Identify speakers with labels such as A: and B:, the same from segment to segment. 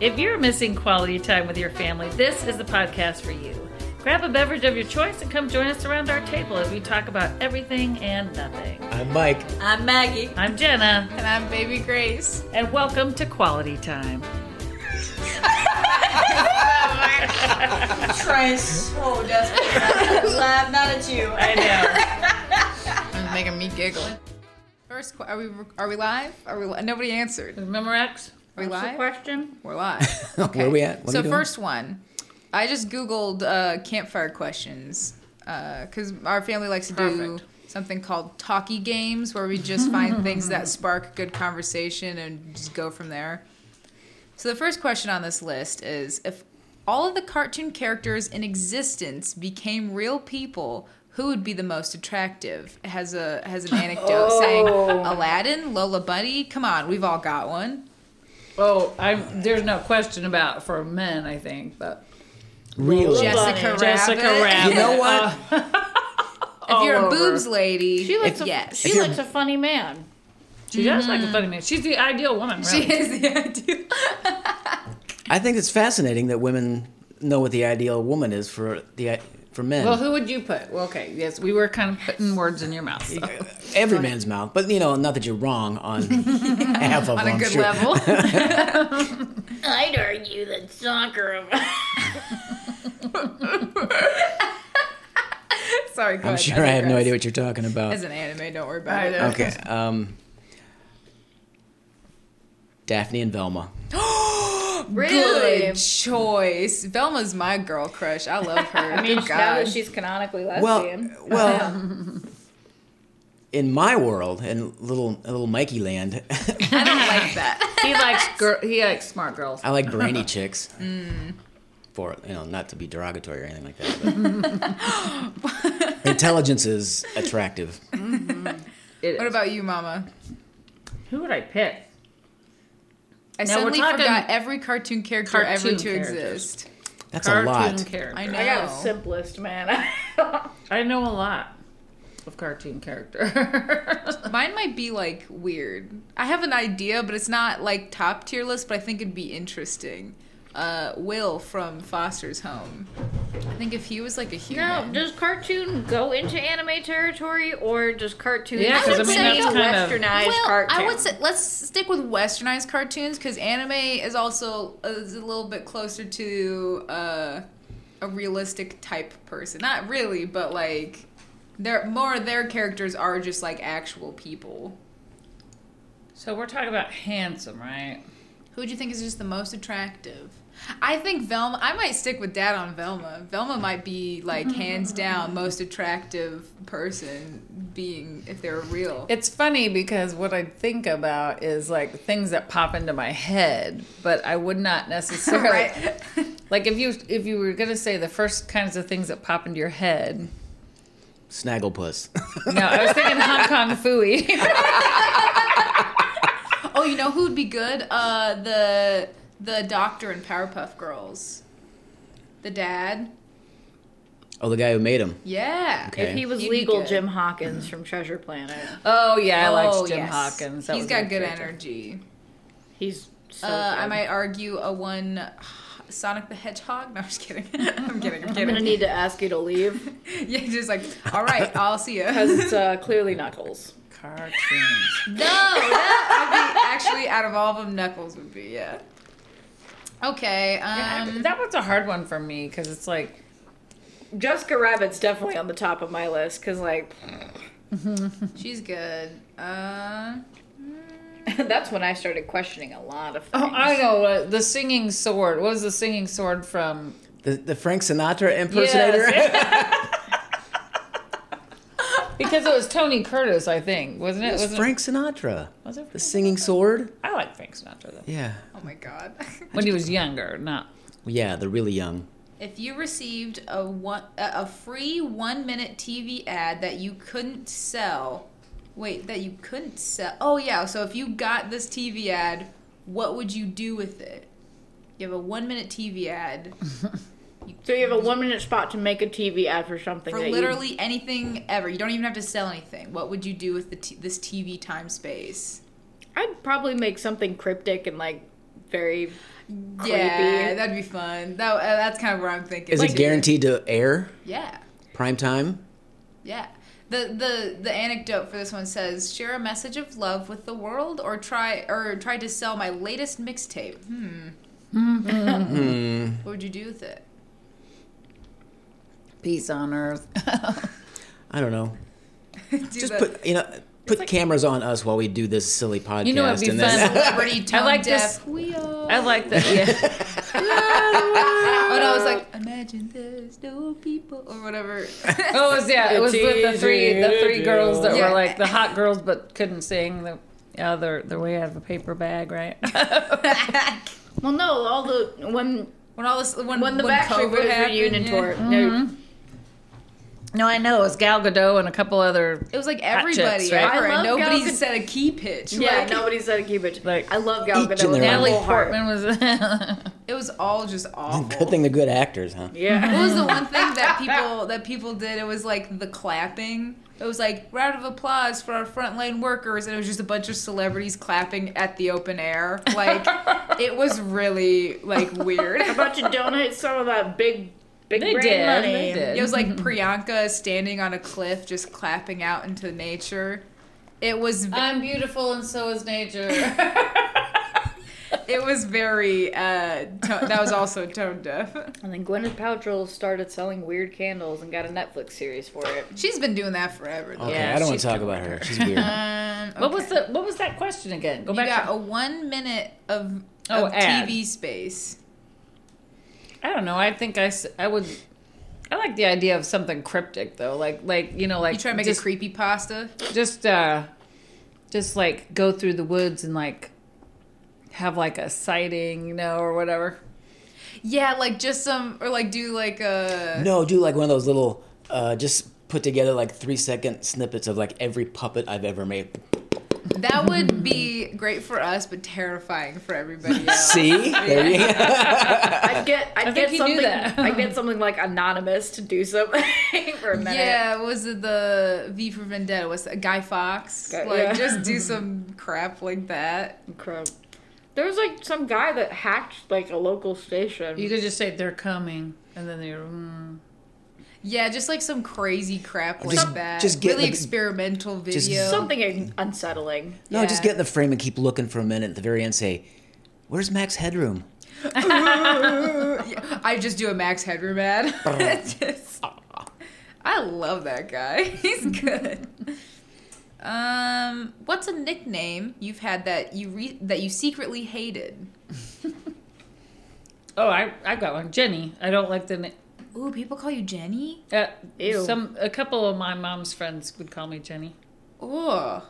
A: If you're missing quality time with your family, this is the podcast for you. Grab a beverage of your choice and come join us around our table as we talk about everything and nothing.
B: I'm Mike.
C: I'm Maggie.
A: I'm Jenna,
C: And I'm Baby Grace.
A: and welcome to Quality Time.
C: Trying so desperately not to laugh, not at you.
A: I know.
D: It's making me giggle. First, qu- are we are we live? Are we? Li- Nobody answered.
A: Remember X?
D: We
A: What's the
D: live?
A: question?
D: We're live.
B: Where are we at? What are
D: so
B: we doing?
D: first one, I just googled uh, campfire questions because our family likes to do something called talkie games where we just find things that spark good conversation and just go from there. So the first question on this list is if all of the cartoon characters in existence became real people, who would be the most attractive? It has a has an anecdote saying
A: Oh.
D: Aladdin, Lola Bunny. Come on, we've all got one.
E: Oh, I'm, there's no question about for men, I think, but
B: really?
D: Jessica Rabbit.
A: Jessica Rabbit.
B: You know what?
D: If you're a
E: all over.
D: boobs lady,
A: She looks a,
D: yes.
A: she looks a funny man. Mm-hmm.
E: she does like a funny man. She's the ideal woman, really.
D: She is the ideal.
B: I think it's fascinating that women know what the ideal woman is for the for men.
E: well, who would you put? Well, okay, yes, we were kind of putting words in your mouth. so.
B: Every man's mouth, but you know, not that you're wrong on half of
D: on
B: them.
D: a good
B: sure.
D: level.
C: I'd argue that soccer.
D: Sorry, go
B: I'm
D: ahead.
B: sure I have no
D: digress.
B: idea what you're talking about.
D: It's an anime. Don't worry about it.
B: Okay. Um, Daphne and Velma.
C: really?
D: Good choice. Velma's my girl crush. I love her. I
C: Now
D: mean,
C: that
D: God.
C: she's canonically lesbian.
B: Well, well, in my world, in little little Mikey land,
D: I don't like that.
E: He likes girl. He likes smart girls.
B: I like brainy chicks. For you know, not to be derogatory or anything like that. But intelligence is attractive.
E: It
D: What
E: is.
D: about you, Mama?
E: Who would I pick?
D: I
E: Now, we're
D: suddenly
E: talking
D: forgot every cartoon character ever
E: cartoon
D: to
E: characters.
D: exist.
B: That's a
E: Cartoon
B: lot.
E: character.
D: I
E: I
D: know.
E: know.
C: I got a simplest man.
E: I know a lot of cartoon character.
D: Mine might be like weird. I have an idea, but it's not like top tier list. But I think it'd be interesting. Uh, Will from Foster's Home. I think if he was like a
C: now,
D: human.
C: does cartoon go into anime territory, or does cartoon?
E: Yeah, 'cause I
D: mean, that's
E: kind of-
C: westernized
D: well,
C: cartoon.
D: I would say let's stick with westernized cartoons because anime is also is a little bit closer to uh, a realistic type person. Not really, but like their more of their characters are just like actual people.
E: so we're talking about handsome, right?
D: Who do you think is just the most attractive? I think Velma. I might stick with Dad on Velma. Velma might be like hands down most attractive person being if they were real.
E: It's funny because what I think about is like things that pop into my head, but I would not necessarily.
D: Right.
E: Like if you if you were gonna say the first kinds of things that pop into your head.
B: Snagglepuss.
E: No, I was thinking Hong Kong Fooey.
D: Oh, you know who would be good? Uh, the the doctor in Powerpuff Girls. The dad.
B: Oh, the guy who made him.
D: Yeah.
B: Okay.
C: If he was
D: You'd be
C: legal
D: good.
C: Jim Hawkins from Treasure Planet,
E: Oh yeah, I
D: Oh,
E: liked Jim
D: yes.
E: Hawkins.
D: He's
E: was
D: got
E: my
D: good
E: favorite.
D: energy.
C: he's so.
D: Uh, I
C: good.
D: might argue a one Sonic the Hedgehog. No, I'm just kidding. I'm kidding. I'm
C: I'm gonna
D: kidding.
C: need to ask you to leave
D: yeah, just like, all right, I'll see you.
C: because it's uh, clearly Knuckles.
E: Cartoons.
D: No, that would be actually out of all of them, Knuckles would be yeah. Okay, um,
E: that was a hard one for me because it's like
C: Jessica Rabbit's definitely on the top of my list because, like,
D: she's good. Uh,
C: that's when I started questioning a lot of things.
E: oh, I know uh, the singing sword. What was the singing sword from?
B: The, the Frank Sinatra impersonator.
E: because it was Tony Curtis, I think, wasn't it?
B: It's
E: Wasn't
B: Frank Sinatra.
E: It, was it
B: The
E: Frank?
B: singing sword.
E: I like Frank Sinatra though.
B: Yeah.
D: oh my god.
E: When he was younger, not
B: Yeah, the really young.
D: if you received a one a a free one minute TV ad that you couldn't sell, wait, that you couldn't sell. Oh yeah, so if you got this TV ad, what would you do with it? You have a one minute TV ad
C: So you have a one minute spot to make a TV ad for something
D: for
C: that
D: literally anything ever. You don't even have to sell anything. What would you do with the t- this TV time space?
C: You, I'd probably make something cryptic and like very creepy.
D: Yeah, that'd be fun. That uh, that's kind of where I'm thinking.
B: Is it guaranteed to air
D: Yeah,
B: prime time?
D: yeah. The the the anecdote for this one says: share a message of love with the world, or try or try to sell my latest mixtape. Hmm.
E: Mm-hmm.
B: Hmm.
D: what would you do with it?
E: Peace on earth.
B: I don't know.
D: do
B: Just
D: the
B: put you know put cameras on us while we do this silly podcast.
E: You know what'd be
B: and
E: fun?
B: then-
D: celebrity tone
A: like
D: deaf.
A: this-
D: We are.
A: I like that. Yeah.
D: Oh no, I was like, imagine there's no people or whatever.
E: Oh, it was, yeah, it was with the three the three girls that
D: Yeah.
E: were like the hot girls, but couldn't sing the yeah, their their way out of a paper bag, right?
C: Well, no, all the when
D: when all this when
C: when the
D: when COVID
C: Backstreet Boys
D: happened,
C: reunion
D: yeah.
C: tour.
E: Mm-hmm.
C: No,
E: no, I know it was Gal Gadot and a couple other.
D: It was like
E: Hot chicks,
D: everybody.
E: right?
D: ever,
C: I
D: and
C: love Gal
D: nobody
C: Gadot.
D: said a key pitch.
C: yeah,
D: like,
C: nobody said a key bitch.
E: Like,
C: I love Gal
B: each in
C: Gadot with
B: their
C: my
B: own.
E: Natalie
C: whole heart.
E: Portman was.
D: It was all just awful.
B: Good thing they're good actors, huh?
C: Yeah.
E: Mm-hmm.
D: What was the one thing that people that people did? It was like the clapping. It was like round of applause for our frontline workers, and it was just a bunch of celebrities clapping at the open air. Like it was really like weird.
C: How about you donate some of that big, big
E: They
C: brain
E: did,
C: money?
E: they did.
D: It was like Priyanka standing on a cliff, just clapping out into nature. It was
E: I'm beautiful, and so is nature.
D: it was very uh, to- that was also tone deaf.
C: And then Gwyneth Paltrow started selling weird candles and got a Netflix series for it.
D: She's been doing that forever. Though.
B: Okay,
E: Yeah,
B: I don't want
E: she's
B: to talk about her. She's weird.
D: Um,
E: What was
D: okay.
E: the what was that question again? Go
D: You
E: back.
D: got
E: to,
D: a one minute of,
E: Oh,
D: of
E: ad.
D: TV space.
E: I don't know. I think I, s- I would. I like the idea of something cryptic though, like like you know, like
D: You try to make
E: just,
D: a creepy pasta.
E: just uh, just like go through the woods and like have like a sighting, you know, or whatever.
D: Yeah, like just some or like do like a
B: no, do like one of those little uh, just put together like three second snippets of like every puppet I've ever made.
D: that would be great for us, but terrifying for everybody else.
B: See, there you go.
C: I'd get, I'd
E: think you
C: get
E: knew
C: something,
E: that.
C: I'd get something like anonymous to do something for a minute.
D: Yeah, was it the V for Vendetta? Was that Guy Fox?
C: Guy-
D: like
C: yeah.
D: just do some crap like that.
C: Crap. There was like some guy that hacked like a local station.
E: You could just say they're coming, and then they're. Mm.
D: Yeah, just like some crazy crap like
B: just-
D: that.
B: just get,
D: really
B: like,
D: experimental
B: just
D: video.
C: something un- unsettling.
B: No, just
D: Yeah.
B: get in the frame and keep looking for a minute. At the very end, say, "Where's Max Headroom?"
D: I just do a Max Headroom ad. Just- I love that guy. He's good. Um, what's a nickname you've had that you re- that you secretly hated?
E: Oh, I I got one, Jenny. I don't like the. na-
D: Ooh, people call you Jenny.
E: Uh,
C: Ew.
E: Some a couple of my mom's friends would call me Jenny.
D: Ooh,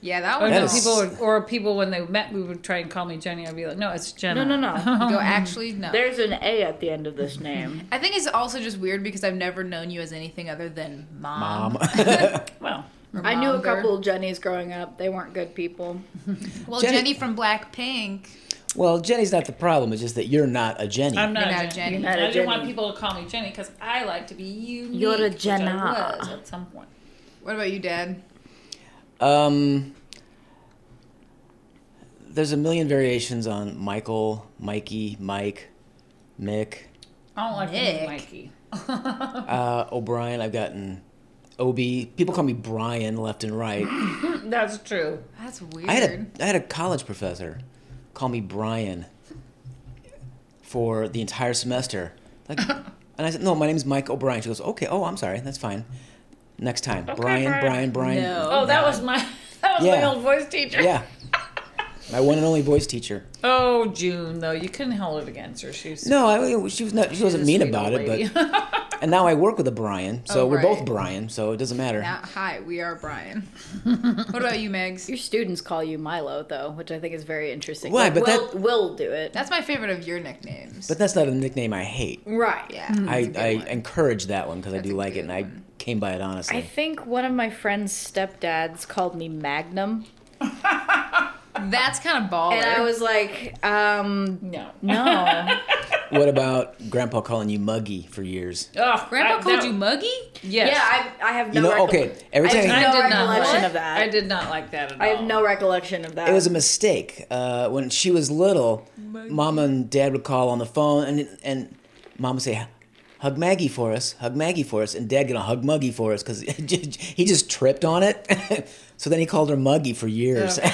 D: yeah, that
E: Or
D: one.
E: Oh, no,
B: is-
E: people would, or people when they met me would try and call me Jenny. I'd be like, no, it's Jenna.
C: No, no, no.
D: go actually no.
C: There's an A at the end of this name.
D: I think it's also just weird because I've never known you as anything other than mom.
B: Mom.
E: Well,
D: or
C: I knew a
D: monger.
C: couple of Jennies growing up. They weren't good people.
D: Well,
B: Jenny-
D: Jenny, from Blackpink.
B: well, Jenny's not the problem. It's just that you're not a Jenny.
E: I'm not,
D: You're not
E: a
D: a
E: Jenny.
D: Jenny.
C: You're not
E: I
C: a
E: didn't want
C: Jenny.
E: people to call me Jenny because I like to be unique.
C: You're a
E: which I
C: Jenna.
E: was at some point.
D: What about you, Dad?
B: Um, there's a million variations on Michael, Mikey, Mike, Mick,
E: I don't like
D: Nick.
E: being Mikey.
B: uh, O'Brien. I've gotten OB. People call me Brian left and right.
E: That's true.
D: That's weird.
B: I had a I had a college professor call me Brian for the entire semester. Like, and I said, "No, my name's Mike O'Brien." She goes, "Okay, oh, I'm sorry, that's fine. Next time, Brian, Brian,
C: Brian."
B: Brian."
D: No.
E: Oh, that was my that was my
B: Yeah.
E: old voice teacher.
B: Yeah, my one and only voice teacher.
E: Oh, June though, you couldn't hold it against her. She was
B: No, I, she was not. She wasn't mean about it, but and now I work with a Brian, so
D: Oh,
B: we're both
D: right.
B: Brian, so it doesn't matter.
D: Now, hi, we are Brian. what about you, Megs?
C: Your students call you Milo though, which I think is very interesting.
B: Why, but
C: will,
B: that-
C: will do it.
D: That's my favorite of your nicknames.
B: But that's not a nickname I hate.
C: Right.
D: yeah.
B: I, I
D: one.
B: encourage that one because I do
D: a
B: like it,
D: good
B: and I came by it honestly.
C: I think one of my friend's stepdads called me Magnum.
D: That's kind of baller.
C: And I was like, um,
E: no.
C: no.
B: what about Grandpa calling you Muggy for years?
A: Oh,
D: Grandpa
A: I-
D: called
A: that-
D: you Muggy?
E: Yes.
C: Yeah, I, I have no
B: You know,
C: recollection.
B: okay. Every
C: I have
B: time
C: no
E: I did not
C: recollection
E: like
C: of that.
E: I did not like that at all.
C: I have no recollection of that.
B: it was a mistake. Uh, when she was little, Mama and Dad would call on the phone, and and Mom would say, "Hug Maggie for us, hug Maggie for us," and Dad gonna hug Muggy for us because he just tripped on it. so then he called her Muggy for years.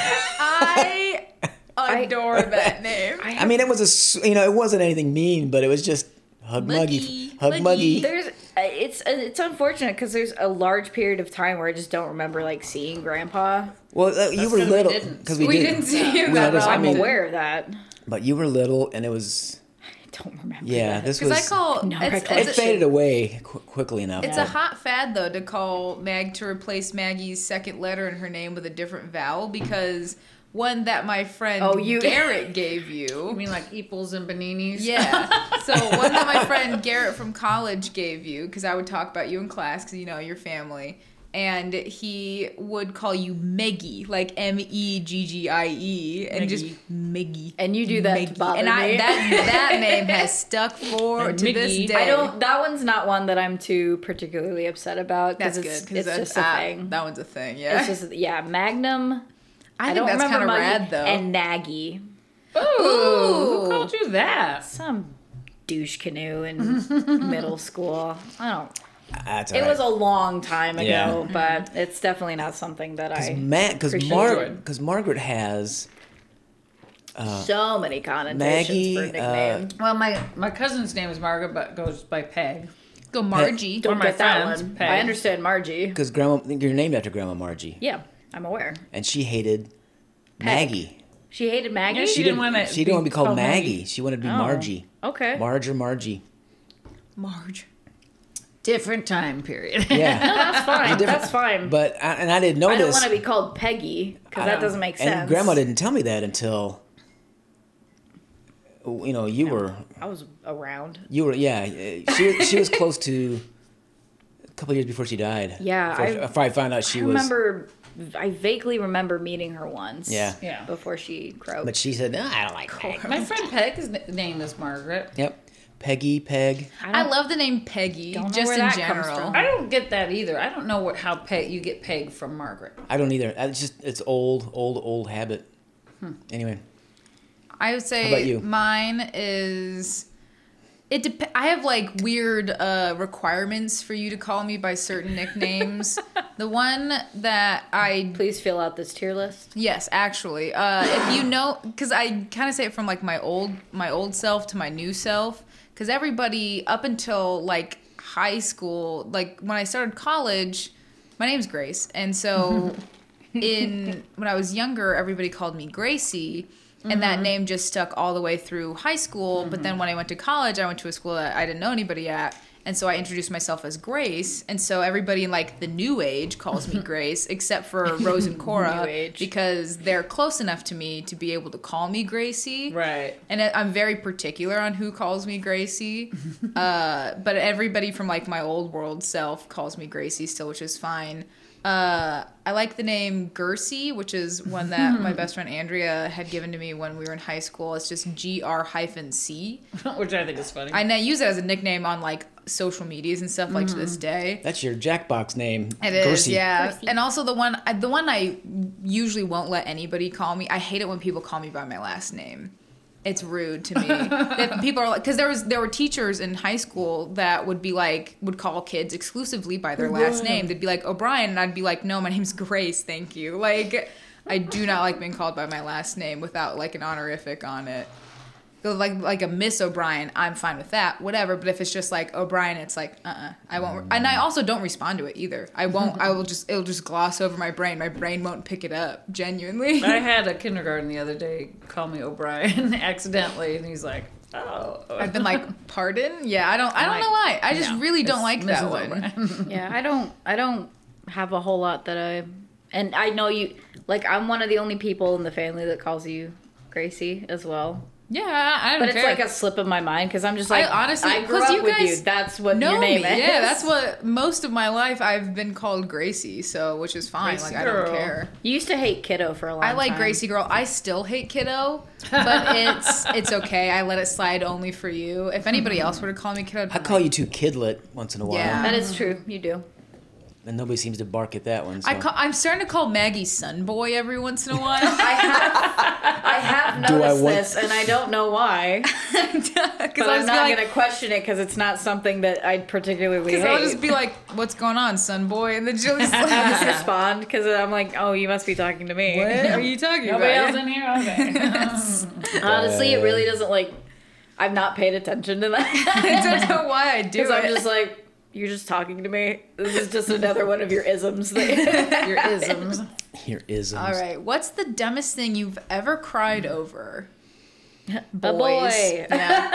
D: I adore that name.
B: I mean, it was a s- you know it wasn't anything mean, but it was just hug Muggy,
D: Muggy,
B: hug Muggy.
D: Muggy.
C: There's uh, it's it's unfortunate because there's a large period of time where I just don't remember like seeing Grandpa.
B: Well, uh, you were little
A: didn't.
B: because
D: we
B: we,
D: didn't see you
B: We
D: that
B: never- I
D: often.
C: I'm
B: mean-
C: aware of that.
B: But you were little, and it was
C: I don't remember.
B: yeah.
C: that.
B: This was
D: Because I call
C: No
D: it's,
B: it
C: recollection.
D: it's, a,
B: faded away qu- quickly enough.
D: it's a
B: but-
D: hot fad though to call Mag to replace Maggie's second letter in her name with a different vowel because one that my friend
C: Oh, you-
D: Garrett gave
E: I
D: you.
E: mean, like Eeples and Beninis.
D: Yeah. So one that my friend Garrett from college gave you because I would talk about you in class because you know your family. And he would call you Meggie, like M E G G I E, and just Meggie.
C: And you do that to bother
D: and I,
C: me.
D: That, that name has stuck for to this
E: Miggy.
D: day.
C: I don't. That one's not one that I'm too particularly upset about.
D: That's
C: it's,
D: good because
C: It's
D: that's
C: just a
D: ah,
C: thing.
D: That one's a thing. Yeah.
C: It's just yeah. Magnum.
D: I
C: I,
D: think
C: don't
D: that's kind
C: remember
D: of
C: Muggy
D: rad though.
C: And Naggy.
E: Ooh,
D: Ooh.
E: who called you that?
C: Some douche canoe in middle school. I don't.
B: That's all
C: It
B: right.
C: was a long time ago,
B: Yeah.
D: Mm-hmm.
C: but it's definitely not something that I.
B: Matt, because
C: Appreciate
B: Mar-
E: it.
B: 'cause Margaret has
C: so many connotations
B: Maggie, uh,
C: for a nickname.
E: Well, my my cousin's name is Margaret, but goes by Peg.
D: Go Margie.
E: one
C: Don't
E: of my
C: get that
E: friends,
C: one.
E: Peg.
C: I understand Margie.
B: because grandma you're named after Grandma Margie,
C: Yeah, I'm aware.
B: and she hated Maggie.
C: She hated Maggie.
E: Yeah, She didn't wanna
B: She didn't want to be called
E: called
B: Maggie.
E: Maggie.
B: She wanted to be
C: Oh,
B: Margie,
C: Okay.
B: Marge or Margie.
D: Marge.
E: Different time period.
B: Yeah,
C: that's fine. That's fine.
B: but I, and I didn't
C: I don't
B: notice.
C: want to be called Peggy because
B: I
C: that
B: don't-
C: doesn't make
B: and
C: sense.
B: Grandma didn't tell me that until you know you were
C: I was around.
B: you were yeah uh, she she was close to a couple years before she died.
C: Yeah,
B: before,
C: I-
B: before I found out she
C: I
B: was.
C: remember. I vaguely remember meeting her once.
B: Yeah.
E: Yeah.
C: Before she croaked.
B: But she said, no, I don't like Maggie.
E: My friend Peg's n- name is Margaret.
B: Yep, Peggy, Peg.
D: I, love the name Peggy.
C: Don't know
D: Just
C: where
D: in
C: that comes
D: general.
C: from.
E: I don't get that either. I don't know what how Peg you get Peg from Margaret.
B: I don't either. It's just it's old, old, old habit.
D: Hmm.
B: Anyway,
D: I would say
B: How about you?
D: mine is it dep- I have like weird uh, requirements for you to call me by certain nicknames. the one that I
C: Please fill out this tier list.
D: Yes, actually. Uh, if you know, because I kind of say it from like my old my old self to my new self. Because everybody up until like high school, like when I started college, my name's Grace, and so in when I was younger, everybody called me Gracie. And
C: Mm-hmm.
D: that name just stuck all the way through high school. But then when I went to college, I went to a school that I didn't know anybody at. And so I introduced myself as Grace. And so everybody in like the new age calls me Grace, except for Rose and Cora
C: New age.
D: because they're close enough to me to be able to call me Gracie.
E: Right.
D: And I- I'm very particular on who calls me Gracie. uh, but everybody from like my old world self calls me Gracie still, which is fine. Uh, I like the name Gersie, which is one that my best friend Andrea had given to me when we were in high school. It's just G R hyphen C.
E: Which I think is funny.
D: And I use it as a nickname on like social medias and stuff like to this day.
B: that's your Jackbox name.
D: It is,
B: Gersie.
D: yeah.
C: Gersie.
D: And also the one, I- the one I usually won't let anybody call me. I hate it when people call me by my last name. It's rude to me. that people are like, because there was there were teachers in high school that would be like would call kids exclusively by their last name. They'd be like O'Brien, and I'd be like, no, my name's Grace. Thank you. Like, I do not like being called by my last name without like an honorific on it. Though, Like like a Miss O'Brien, I'm fine with that, whatever. But if it's just like O'Brien, it's like uh, uh I won't. Re-
C: Mm.
D: and I also don't respond to it either. I won't. I will just it'll just gloss over my brain. My brain won't pick it up. Genuinely.
E: I had a kindergarten the other day call me O'Brien accidentally, and he's like, "Oh,
D: I've been like, pardon? Yeah, I don't. I don't know why. I just
E: No,
D: really don't
E: it's
D: like that
E: Mrs.
D: one.
E: O'Brien.
C: Yeah, I don't. I don't have a whole lot that I. And I know you. Like I'm one of the only people in the family that calls you Gracie, as well.
D: Yeah, I don't
C: But
D: care.
C: it's like a slip of my mind because I'm just
D: I
C: like,
D: honestly-
C: I grew
D: 'cause
C: up
D: you
C: with you.
D: guys
C: That's what
D: know
C: your name
D: me.
C: is.
D: Yeah, that's what most of my life I've been called Gracie, so which is fine.
A: Gracie
D: like I
A: girl.
D: don't care.
C: You used to hate kiddo for a long
D: I
C: time.
D: like Gracie girl. I still hate kiddo, but it's it's okay. I let it slide only for you. If anybody else were to call me kiddo,
B: I call you two kidlet once in a while,
D: Yeah.
C: That is true. You do.
B: and nobody seems to bark at that one. So.
D: I call, I'm starting to call Maggie Sun Boy every once in a while.
C: I have, I have
B: Do I
C: noticed
B: want-
C: this, and I don't know why.
D: Because
C: But I'm not going to question it because it's not something that I particularly hate.
D: Because I'll just be like, "What's going on, son boy?" And then she'll just
C: I'll
D: like,
C: just respond because I'm like, oh, you must be talking to me.
D: "What are you talking
E: Nobody
D: about?"
E: else in here? Okay.
C: Honestly, it
B: uh,
C: really doesn't like. I've not paid attention to that
D: I don't know why I do it.
C: because I'm just like, you're just talking to me. This is just another one of your isms. That
E: Your isms.
B: Here is
D: All right, what's the dumbest thing you've ever cried over?
C: boy.
D: Yeah.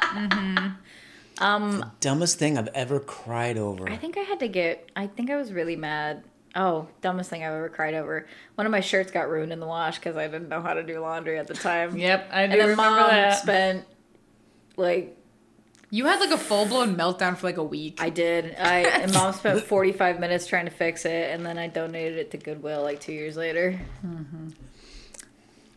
C: Mm-hmm. Um,
B: dumbest thing I've ever cried over.
C: I think I had to get. I think I was really mad. Oh, dumbest thing I've ever cried over. One of my shirts got ruined in the wash because I didn't know how to do laundry at the time.
E: Yep, I do
C: and then
E: remember
C: mom
E: that.
C: spent like
D: You had like a full blown meltdown for like a week.
C: I did. I and mom spent 45 minutes trying to fix it, and then I donated it to Goodwill like two years later.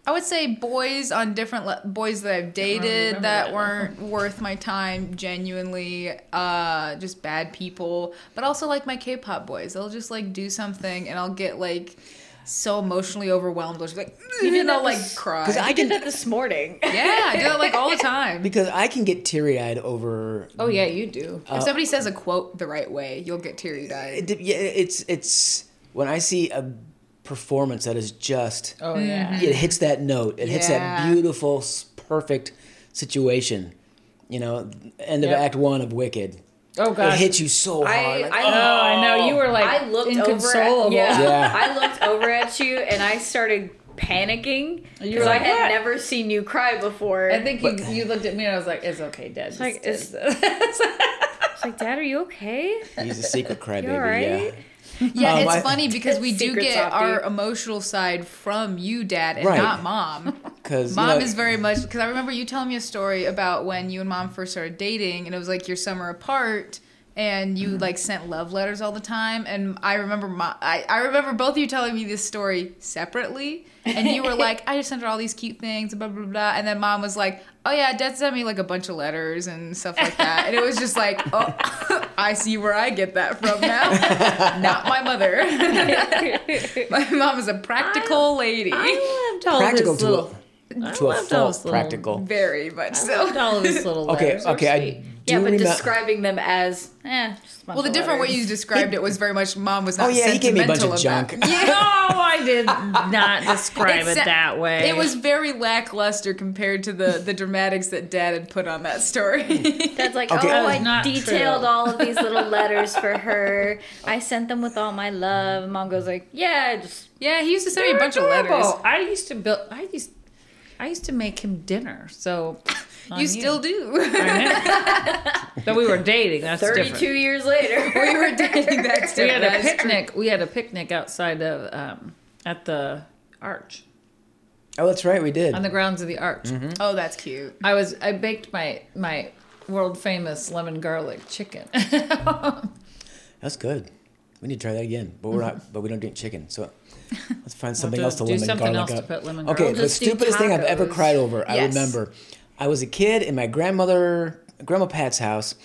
D: I would say boys on different le- boys that I've dated
E: remember
D: that
E: that.
D: weren't worth my time genuinely uh just bad people but also like my K-pop boys they'll just like do something and I'll get like so emotionally overwhelmed I'll just be like and I'll like cry
B: Because I
C: I did
B: can,
C: that this morning.
D: yeah I do that like all the time
B: because I can get teary eyed over.
E: Oh yeah, you do.
D: if somebody says a quote the right way you'll get teary-eyed
B: It, d- yeah, it's it's when I see a performance that is just
E: Oh yeah.
B: it hits that note. It hits that
D: Mm-hmm. Yeah.
B: beautiful, s- perfect situation. You know, end of
E: Yep.
B: Act One of Wicked.
E: Oh gosh.
B: It hits you so hard.
C: I,
B: like,
C: I,
E: Oh, I know you were like
C: I looked
E: inconsolable.
C: over. At, yeah,
B: Yeah.
C: I looked over at you, and I started panicking
E: You
C: because
E: were
C: I
E: like,
C: had
E: "What?"
C: never seen you cry before.
E: I think you, you looked at me and I was like, "It's okay, Dad." Just
C: like,
E: is
C: it's like, Dad, are you okay?
B: He's a secret
C: You
B: crybaby.
C: all right?
B: Yeah.
D: yeah
B: Um,
D: it's
B: I-
D: funny because we do
C: Secret
D: get
C: softie.
D: our emotional side from you dad and
B: Right.
D: not mom
B: Because
D: Mom is very much because I remember you telling me a story about when you and mom first started dating, and it was like your summer apart, and you like sent love letters all the time. And I remember my, I, I remember both of you telling me this story separately, and you were like, I just sent her all these cute things, blah blah blah, and then mom was like, Oh yeah, dad sent me like a bunch of letters and stuff like that, and it was just like, Oh, I see where I get that from now, not my mother. my mom is a practical lady,
A: I loved all
B: practical
A: this
B: to
A: little,
B: a, to a
A: loved
B: fault.
A: those little-
B: Practical.
D: very much so.
A: loved all of these little
B: Okay,
A: letters. They were
B: okay, I
A: sweet.
B: do
C: yeah, but
B: remem-
C: describing them as eh. Just
D: Well, the different way you described it was very much mom was
B: Oh,
D: not.
B: yeah, he gave me a bunch of
D: sentimental about-
B: junk.
A: no, I did not describe it
D: sa-
A: that way.
D: It was very lackluster compared to the the dramatics that Dad had put on that story.
C: That's like,
B: Okay. That
C: oh,
B: was
C: I
A: not
C: detailed
A: true.
C: all of these little letters for her. I sent them with all my love. Mom goes like, yeah, just
D: yeah, he used to send me
A: They
D: a
A: were
D: bunch of
A: adorable.
D: letters.
E: I used to build. I used. I used to make him dinner. So on
D: You still do.
A: I know. but we were dating. That's
C: 32
A: different.
C: years later.
D: we were dating that
E: We
D: story.
E: had a picnic. We had a picnic outside of um, at the arch
B: Oh, that's right. We did.
E: on the grounds of the arch.
D: Oh, that's cute.
E: I was I baked my my world famous lemon garlic chicken.
B: That's good. We need to try that again. But we're not. But we don't drink chicken, so let's find something
E: do-
B: else to
E: do
B: lemon
E: something
B: garlic
E: else
B: up.
E: to put lemon
B: okay,
E: garlic.
B: the
E: Just do
B: stupidest thing I've ever
E: tacos.
B: cried over. I
D: Yes.
B: remember. I was a kid in my grandmother, grandma Pat's house.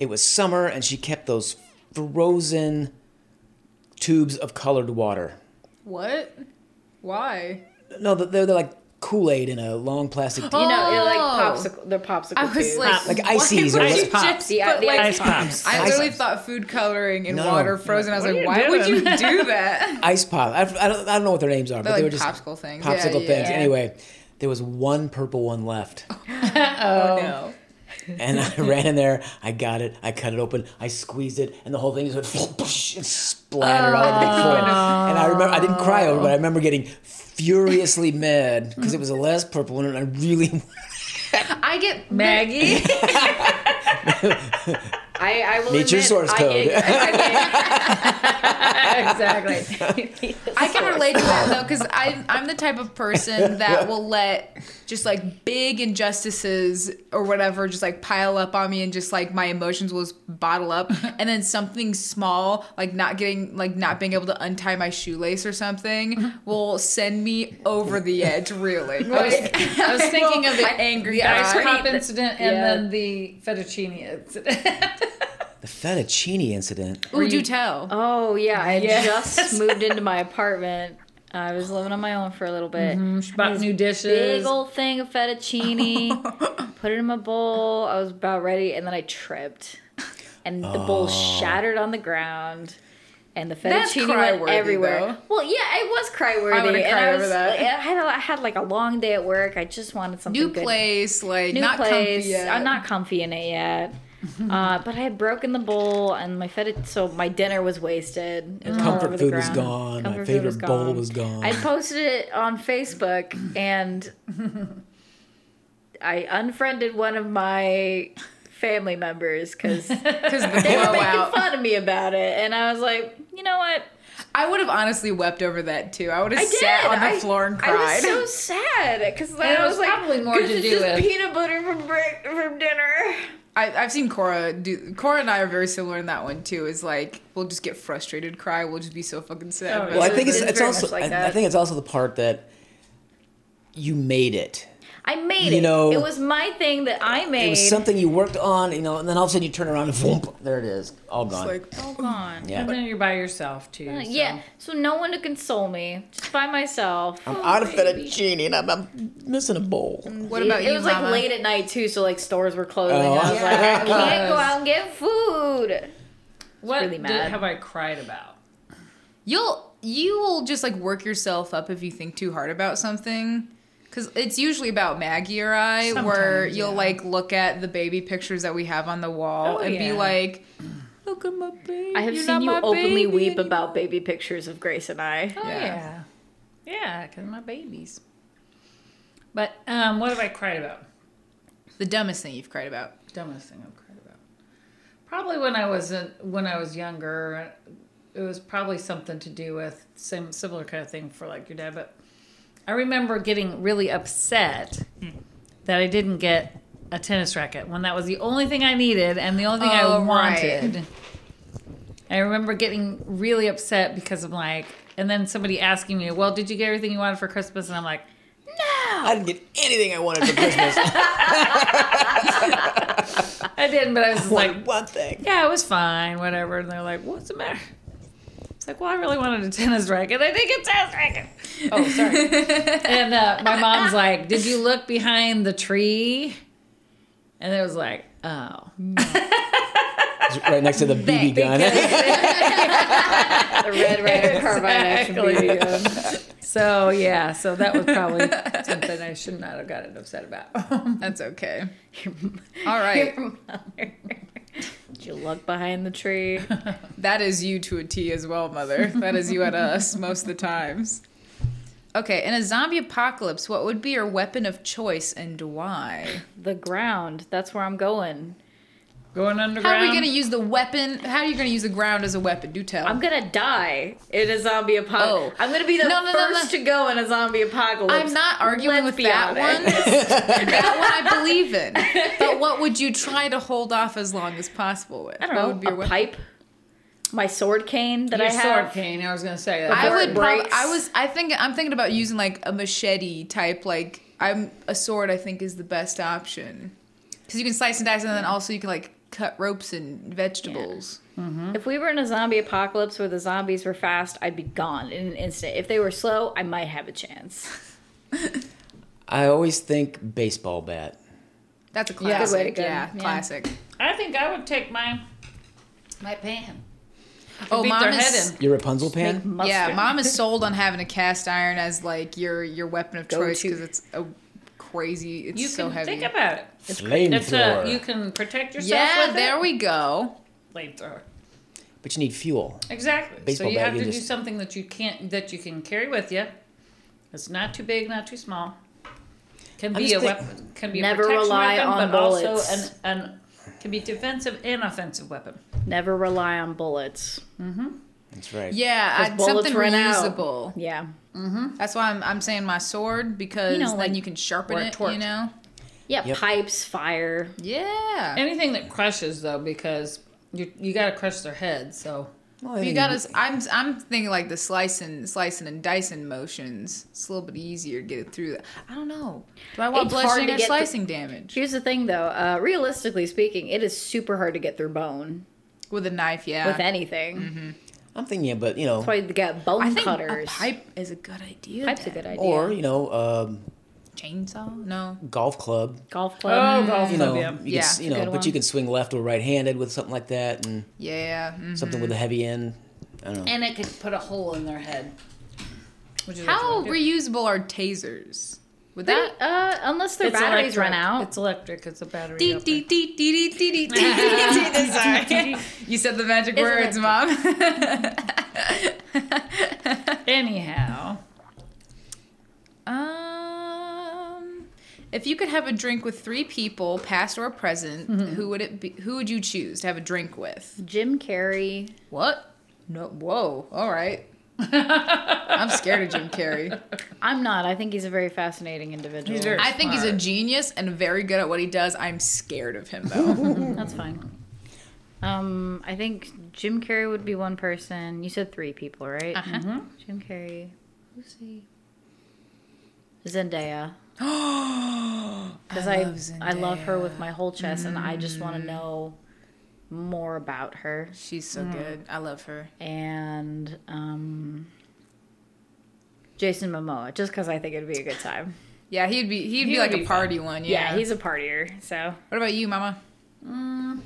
B: It was summer, and she kept those frozen tubes of colored water.
D: What? Why?
B: No, they're, they're like Kool Aid in a long plastic.
C: You know, it like
D: Oh.
C: popsicle. They're popsicle
D: I was
C: tubes.
D: like,
B: Like
D: why
B: ices or
D: would
B: what-
D: you
B: Ice
E: pops.
D: just
C: The-
D: put,
C: the
D: like-
C: ice
A: Ice pops.
D: I
B: Ice
D: literally
B: pops.
D: thought food coloring and
B: No.
D: water frozen. I was
A: What are
D: like,
A: you
D: why would you
A: doing?
D: do that?
B: ice pop. I, I don't, I don't know what their names are, but
D: They're
B: they were
D: like
B: just
D: popsicle things. Yeah,
B: Popsicle
D: yeah.
B: things. Anyway, there was one purple one left,
D: Oh no.
B: and I ran in there. I got it. I cut it open. I squeezed it, and the whole thing just went and splattered all
D: Oh,
B: over the floor. And I remember I didn't cry over, it, but I remember getting furiously mad because it was the last purple one, and I really
D: I get
E: Maggie,
F: I, I will
B: Meet your
F: admit,
B: source
F: I-
B: code.
E: exactly.
D: I can relate to that though, because I I'm the type of person that will let just like big injustices or whatever just like pile up on me and just like my emotions will just bottle up, and then something small like not getting like not being able to untie my shoelace or something will send me over the edge reeling. Like,
E: I was thinking of the
D: angry
E: the ice
D: guy.
E: pop incident and
C: Yeah.
E: then the fettuccine incident.
B: The fettuccine incident.
D: Ooh, do tell.
C: Oh yeah, I had
E: Yes.
C: just moved into my apartment. I was living on my own for a little bit.
E: Bought new dishes.
C: Big old thing of fettuccine. put it in my bowl. I was about ready, and then I tripped, and the
B: Oh.
C: bowl shattered on the ground. And the
D: That's
C: fettuccine went
D: cry-worthy,
C: everywhere.
D: though.
C: Well, yeah, it was cry worthy.
D: I would've
C: and
D: cried
C: I
D: over
C: was,
D: that.
C: I had, a, I had like a long day at work. I just wanted something
D: New
C: good.
D: place, like
C: New
D: not
C: place.
D: comfy yet.
C: I'm not comfy in it yet. uh, but I had broken the bowl, and my fettu- so my dinner was wasted. It was all
B: Comfort
C: Mm. over the
B: food was
C: ground.
B: gone.
C: Comfort
B: My
C: food
B: favorite bowl was gone.
C: I posted it on Facebook and I unfriended one of my family members because they were
D: because the
C: making
D: blowout.
C: fun of me about it. And I was like, you know what?
D: I would have honestly wept over that too. I would
C: I
D: have
C: did.
D: sat on the
C: I-
D: floor and
C: I was
D: cried.
C: so sad because
E: And it
C: I was,
E: was
C: like,
E: probably more
C: "This
E: to
C: is
E: do
C: just
E: with-
C: peanut butter from break, from dinner.
D: I, I've seen Cora do. Cora and I are very similar in that one too. Is like we'll just get frustrated, cry. We'll just be so fucking sad.
E: Oh,
D: about
B: well, I
D: it.
B: think it's,
C: It's
B: it's
C: very
B: also.
C: much like
B: I, I
C: that.
B: think it's also the part that you made it.
C: I made
B: You
C: it.
B: know-
C: it was my thing that I made.
B: It was something you worked on, you know, and then all of a sudden you turn around and boom, there it is, all
D: It's
B: gone.
D: like oh,
C: Hold on.
B: yeah,
E: and then you're by yourself too. so.
C: Uh, Yeah, so no one to console me, just by myself.
B: I'm out of fettuccine and I'm, I'm missing a bowl.
D: what about
C: it,
D: you?
C: It was
D: Mama?
C: like late at night too, so like stores were closing.
B: Oh.
C: I was like, I can't go
D: was.
C: out and get food.
E: What
C: really
E: did,
C: mad.
E: have I cried about?
D: You'll you will just like work yourself up if you think too hard about something. Cause it's usually about Maggie or I, where
E: Sometimes,
D: you'll
E: yeah.
D: like look at the baby pictures that we have on the wall
E: Oh,
D: and
E: yeah.
D: be like, "Look at my baby."
C: I have
D: You're
C: seen
D: not
C: you
D: my baby
C: openly weep
D: anymore."
C: about baby pictures of Grace and I.
E: Oh
D: Yeah.
E: yeah, yeah, because my babies. But um, what have I cried about?
D: the dumbest thing you've cried about.
E: Dumbest thing I've cried about. Probably when I wasn't when I was younger. It was probably something to do with same similar kind of thing for like your dad. But I remember getting really upset
D: Hmm.
E: that I didn't get a tennis racket when that was the only thing I needed and the only thing I
D: Oh, right.
E: wanted. I remember getting really upset because I'm like, and then somebody asking me, "Well, did you get everything you wanted for Christmas?" And I'm like,
B: I didn't get anything I wanted for Christmas.
E: "I didn't," but I was just like,
B: like one thing.
E: yeah, it was fine, whatever. And they're like, what's the matter? It's like, well, I really wanted a tennis racket. I didn't get a tennis racket. Oh, sorry. and uh, my mom's like, did you look behind the tree? And it was like, oh.
B: It's Right next to the BB gun.
C: The Red Rider Carbine action
E: Exactly.
C: BB gun.
E: So, yeah, so that was probably something I should not have gotten upset about.
D: That's okay. All right.
C: Did you look behind the tree?
D: That is you to a T as well, mother. That is you at us most of the times. Okay, in a zombie apocalypse, what would be your weapon of choice and why?
C: The ground. That's where I'm going.
E: Going
D: How
E: underground.
D: are we going to use the weapon? How are you going to use the ground as a weapon? Do tell.
C: I'm gonna die in a zombie apocalypse.
D: Oh.
C: I'm gonna be the
D: No, no, no, no.
C: first to go in a zombie apocalypse.
D: I'm not arguing
C: Let's
D: with
C: be
D: that one.
C: honest.
D: that one I believe in. But what would you try to hold off as long as possible with?
C: I don't
D: What
C: know.
D: would be your
C: a
D: weapon?
C: pipe. My sword cane that
E: Your
C: I have.
E: sword cane. I was going to say that.
D: I
C: before
D: would
C: it
D: prob-
C: breaks.
D: I was I think I'm thinking about using like a machete type like I'm a sword I think is the best option cuz you can slice and dice and then also you can like cut ropes and vegetables.
C: If we were in a zombie apocalypse where the zombies were fast, I'd be gone in an instant. If they were slow, I might have a chance.
B: I always think baseball bat.
D: That's a
E: Yeah. Good
C: way to
D: classic.
C: go.
D: Yeah,
C: Yeah.
D: classic.
E: I think I would take my my pan.
D: Oh,
E: beat
D: mom
E: their
D: is
E: head in.
B: Your Rapunzel
C: Make
B: pan.
C: mustard.
D: Yeah, mom is sold on having a cast iron as like your your weapon of choice
C: Go-to.
D: cuz it's a crazy it's
E: You
D: so
E: can
D: heavy.
E: think about it. It's a, you
B: Flamethrower.
E: can protect yourself
D: yeah,
E: with
D: there
E: it.
D: we go.
E: Flamethrower.
B: But you need fuel.
E: Exactly.
B: Baseball
E: so you
B: bat,
E: have
B: you
E: to do
B: just-
E: something that you can't that you can carry with you. It's not too big, not too small. Can be a
B: just think-
E: weapon. Can be
C: Never
E: a protection
C: rely
E: weapon,
C: on
E: but
C: bullets.
E: also an, an Can be defensive and offensive weapon.
C: Never rely on bullets.
B: That's right.
D: Yeah,
C: 'Cause
D: I,
C: bullets
D: something
C: run out.
D: reusable.
C: Yeah.
D: That's why I'm, I'm saying my sword because
C: You know,
D: then
C: like,
D: you can sharpen
C: or a
D: it.
C: torch.
D: You know.
C: Yeah,
B: Yep.
C: pipes, fire.
D: Yeah.
E: Anything that crushes though, because you you got to crush their head. So
B: Well, I
D: But you
B: think
D: got to. I'm I'm thinking like the slicing, slicing and dicing motions. It's a little bit easier to get it through. That. I don't know. Do I want
C: It's hard
D: bludgeoning
C: to
D: or
C: get the-
D: slicing damage
C: Here's the thing, though. Uh, realistically speaking, it is super hard to get through bone
D: with a knife? Yeah. Mm-hmm.
C: with anything.
B: I'm thinking, yeah, but you know,
C: That's why they got bone
D: I think
C: cutters.
D: a pipe is a good idea.
C: Pipe's a
D: then.
C: good idea.
B: or you know, um,
D: chainsaw. No.
B: golf club.
C: golf club.
E: golf
B: You know, you,
D: Yeah,
B: can, s-
D: it's
B: you
C: a
B: know,
C: good
B: but
C: one.
B: you can swing left or right-handed with something like that, and
D: Yeah. mhm.
B: something with a heavy end. I don't know.
E: Mm-hmm. and it could put a hole in their head. Which is what you
D: How
E: wanna do.
D: reusable are tasers? Would
C: Pretty-
D: that?
C: uh, unless their
E: It's
C: batteries run
E: electric.
C: out.
E: It's electric. It's a battery.
D: Dee,
E: operated.
D: dee, dee, dee, dee, dee, dee, dee, dee. Sorry. You said the magic words,
C: electric.
D: mom.
E: Anyhow,
D: Um, if you could have a drink with three people, past or present, who would it be? Who would you choose to have a drink with?
C: Jim Carrey.
D: What? No. Whoa. All right. I'm scared of Jim Carrey.
C: I'm not. I think he's a very fascinating individual.
E: very-
D: I think he's a genius and very good at what he does. I'm scared of him though.
C: That's fine. Um, I think Jim Carrey would be one person. You said three people, right? Mm-hmm.
D: Uh-huh.
C: Jim Carrey. Who's he? Zendaya. Because I,
D: love
C: I, love her
D: Zendaya.
C: with my whole chest, and I just want to know more about her.
D: She's so good. I love her.
C: And um, Jason Momoa, just because I think it'd be a good time.
D: Yeah, he'd be
E: He
D: he'd be
E: would
D: like
E: be
D: a party one. Yeah.
C: Yeah, he's a partier, so
D: what about you, Mama?
E: I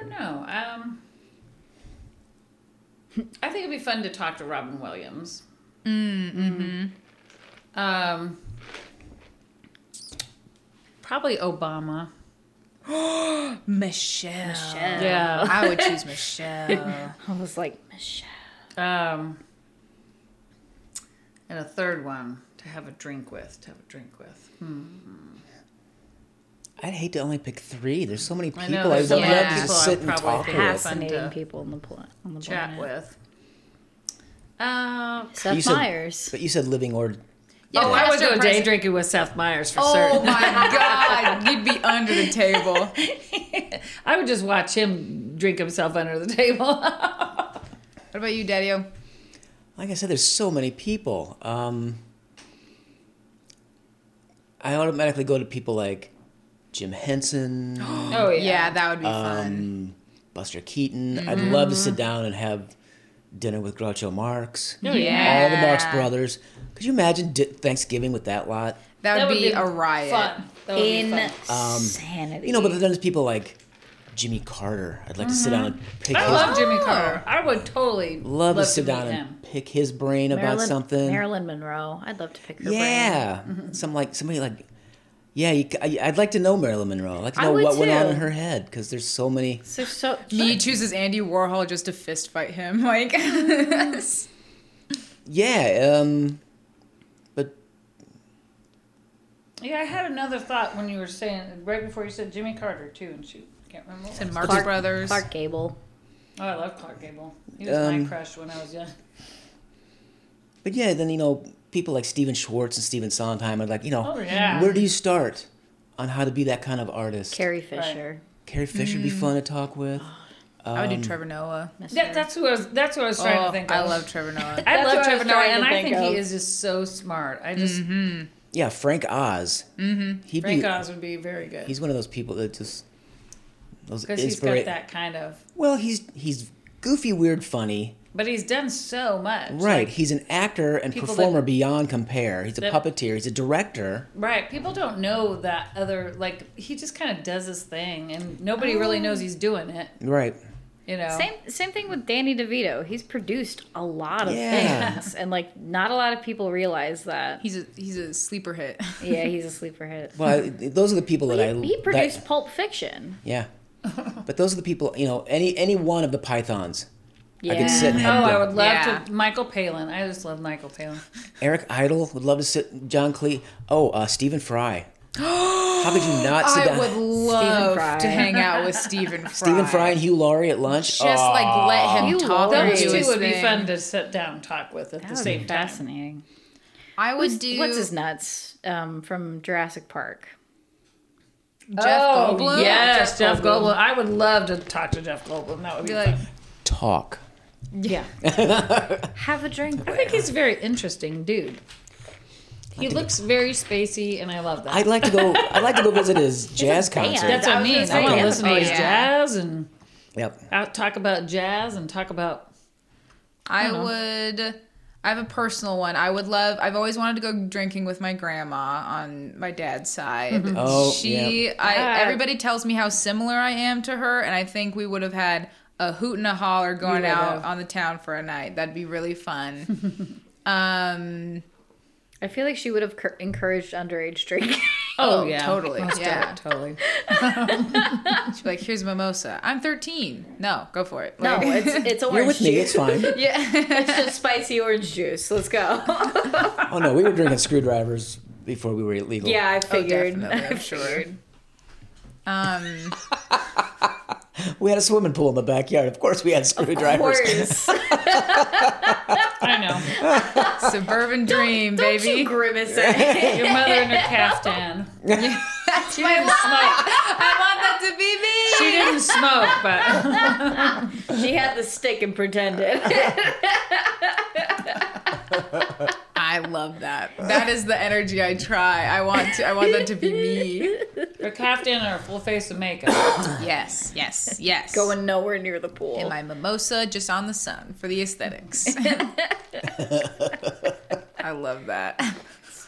E: don't know. Um, I think it'd be fun to talk to Robin Williams. Mm, mm-hmm. Um, probably Obama.
D: Michelle.
C: Michelle.
E: Yeah.
D: I would choose Michelle.
C: I was like, Michelle.
E: Um, and a third one to have a drink with. To have a drink with.
B: I'd hate to only pick three. There's so many people
E: I
B: I,
E: know,
B: would
E: there's so
B: love
E: many people
B: to just
E: I
B: sit and
E: probably
B: talk
E: think
B: with.
E: fun
C: Fascinating
E: to
C: people on the pla- on the
E: Chat
C: planet.
E: with.
D: Oh,
E: Uh,
C: Seth
B: You said-
C: Myers.
B: But you said living or
D: Yeah,
E: oh, I would
D: past or
E: go day
D: present.
E: drinking with Seth Meyers for
D: Oh
E: certain.
D: my god, you'd be under the table.
E: I would just watch him drink himself under the table.
D: What about you, Daddy?
B: like I said, there's so many people. Um, I automatically go to people like Jim Henson,
E: oh
D: Yeah. that would be
B: Um,
D: fun.
B: Buster Keaton. I'd love to
E: Mm-hmm.
B: sit down and have dinner with Groucho Marx,
E: Oh,
D: Yeah.
B: all the Marx brothers. Could you imagine di- Thanksgiving with that lot?
D: That would,
E: That would
D: be, a riot.
E: Fun. That would be fun.
C: Insanity.
B: Um, You know, but then there's people like Jimmy Carter. I'd like to sit down and pick
E: I
B: his
E: love Jimmy Carter. I would totally
B: love, to sit
E: meet
B: down
E: him.
B: and pick his brain about something.
C: Marilyn Monroe. I'd love to pick her brain.
B: Yeah, some like somebody like, yeah. You, c- I, would like to know Marilyn Monroe. I'd like to
C: I
B: know
C: would
B: what went on
C: too.
B: in her head because there's so many.
C: So, so
D: Me chooses Andy Warhol just to fist fight him. Like,
B: Yeah, um, but
E: Yeah, I had another thought when you were saying right before you said Jimmy Carter too, and shoot, I can't remember. What it
D: and
E: was.
D: Marx
C: Clark-
D: Brothers.
C: Clark Gable.
E: Oh, I love Clark Gable. He was my
B: Um,
E: crush when I was young.
B: but yeah, then you know people like Steven Schwartz and Steven Sondheim are like, you know,
E: Oh, yeah.
B: where do you start on how to be that kind of artist?
C: Carrie Fisher.
B: Carrie Fisher would be fun to talk with.
D: I
B: Um,
D: would do Trevor Noah.
C: Mr.
E: That, that's who I was. That's what I was trying
D: Oh,
E: to think. Of.
D: I love Trevor Noah.
E: I
C: That's
E: love
C: what I
E: Trevor
C: was
E: Noah,
C: trying
E: and
C: to
E: I
C: think
E: think Mm-hmm.
C: of.
E: he is just so smart. I just
B: Yeah, Frank Oz. Mm-hmm. He'd
E: Frank
B: be.
E: Oz would be very good
B: He's one of those people that just those
E: because he's
B: inspira-
E: got that kind of.
B: Well, he's he's goofy, weird, funny.
E: But he's done so much.
B: Right. He's an actor and
E: people
B: performer beyond compare. He's a
E: that-
B: puppeteer. He's a director.
E: Right. People don't know that other. Like he just kind of does his thing, and nobody really
D: Oh.
E: knows he's doing it.
B: Right.
E: You know.
C: Same same thing with Danny DeVito. He's produced a lot of
B: Yeah.
C: things, and like not a lot of people realize that.
D: He's a he's a sleeper hit.
C: Yeah, he's a sleeper hit.
B: Well, I- those are the people that I.
C: he, he
B: that-
C: produced Pulp Fiction.
B: yeah. But those are the people. You know, any any one of the pythons.
C: Yeah,
B: I could sit and
E: Oh,
B: have
E: I
B: dinner.
E: would love
D: Yeah.
E: to. Michael Palin. I just love Michael Palin.
B: Eric Idle would love to sit. John Cleese. Oh, uh, Stephen Fry. How could you not sit
D: I
B: down?
D: would love
C: Fry.
D: to hang out with Stephen Fry.
B: Stephen Fry and Hugh Laurie at lunch.
D: Just like let him
C: You
D: talk
C: love
D: and
C: it.
D: do
E: Those two
D: his
E: would be
D: thing.
E: fun to sit down and talk with at
C: That
E: the
C: would
E: same
C: be
E: time.
C: fascinating.
D: I would do
C: What's his nuts um, from Jurassic Park?
D: Jeff
E: oh,
D: Goldblum.
E: Yes, Jeff, Goldblum. I would love to talk to Jeff Goldblum. That would be,
D: Be like,
E: fun.
B: talk.
E: Yeah.
C: Have a drink.
E: I think he's a very interesting dude. He looks very spacey, and I love that.
B: I'd like to go. I'd like to go visit his jazz
C: band.
B: concert.
E: That's what I
C: was
E: mean.
C: gonna
E: I want
B: say,
E: to listen to
D: yeah.
E: his
D: Yeah.
E: jazz and
B: Yep.
E: out, talk about jazz and talk about.
D: I would. I have a personal one. I would love. I've always wanted to go drinking with my grandma on my dad's side.
B: Oh,
D: she.
B: yeah.
D: I.
E: Yeah.
D: Everybody tells me how similar I am to her, and I think we would have had a hoot and a holler going
E: would
D: out
E: have.
D: on the town for a night. That'd be really fun. um.
C: I feel like she would have cur- encouraged underage drinking.
E: Oh,
D: Oh,
E: yeah,
D: totally.
E: Most
D: Yeah.
E: yeah, totally.
D: She'd be like, "Here's a mimosa. I'm 13. No, go for it.
C: no,
D: Like-
C: Oh, it's it's orange
B: You're with me. It's
C: juice.
B: fine.
C: it's just spicy orange juice. Let's go.
B: Oh no, we were drinking screwdrivers before we were illegal.
C: yeah, I figured.
D: definitely, I'm sure. Um.
B: We had a swimming pool in the backyard. Of course, we had
C: Of
B: screwdrivers.
C: course.
E: I know.
D: Suburban dream,
C: Don't
D: baby.
C: you grimace at
E: Your mother in her caftan. she didn't smoke.
D: I want that to be me.
E: She didn't smoke, Oh, but
C: She had the stick and pretended.
D: I love that. That is the energy I try. I want to. I want that to be me.
E: her caftan and her full face of makeup.
D: Yes, yes, yes.
C: Going nowhere near the pool.
D: in my mimosa, just on the sun for the aesthetics. I love that.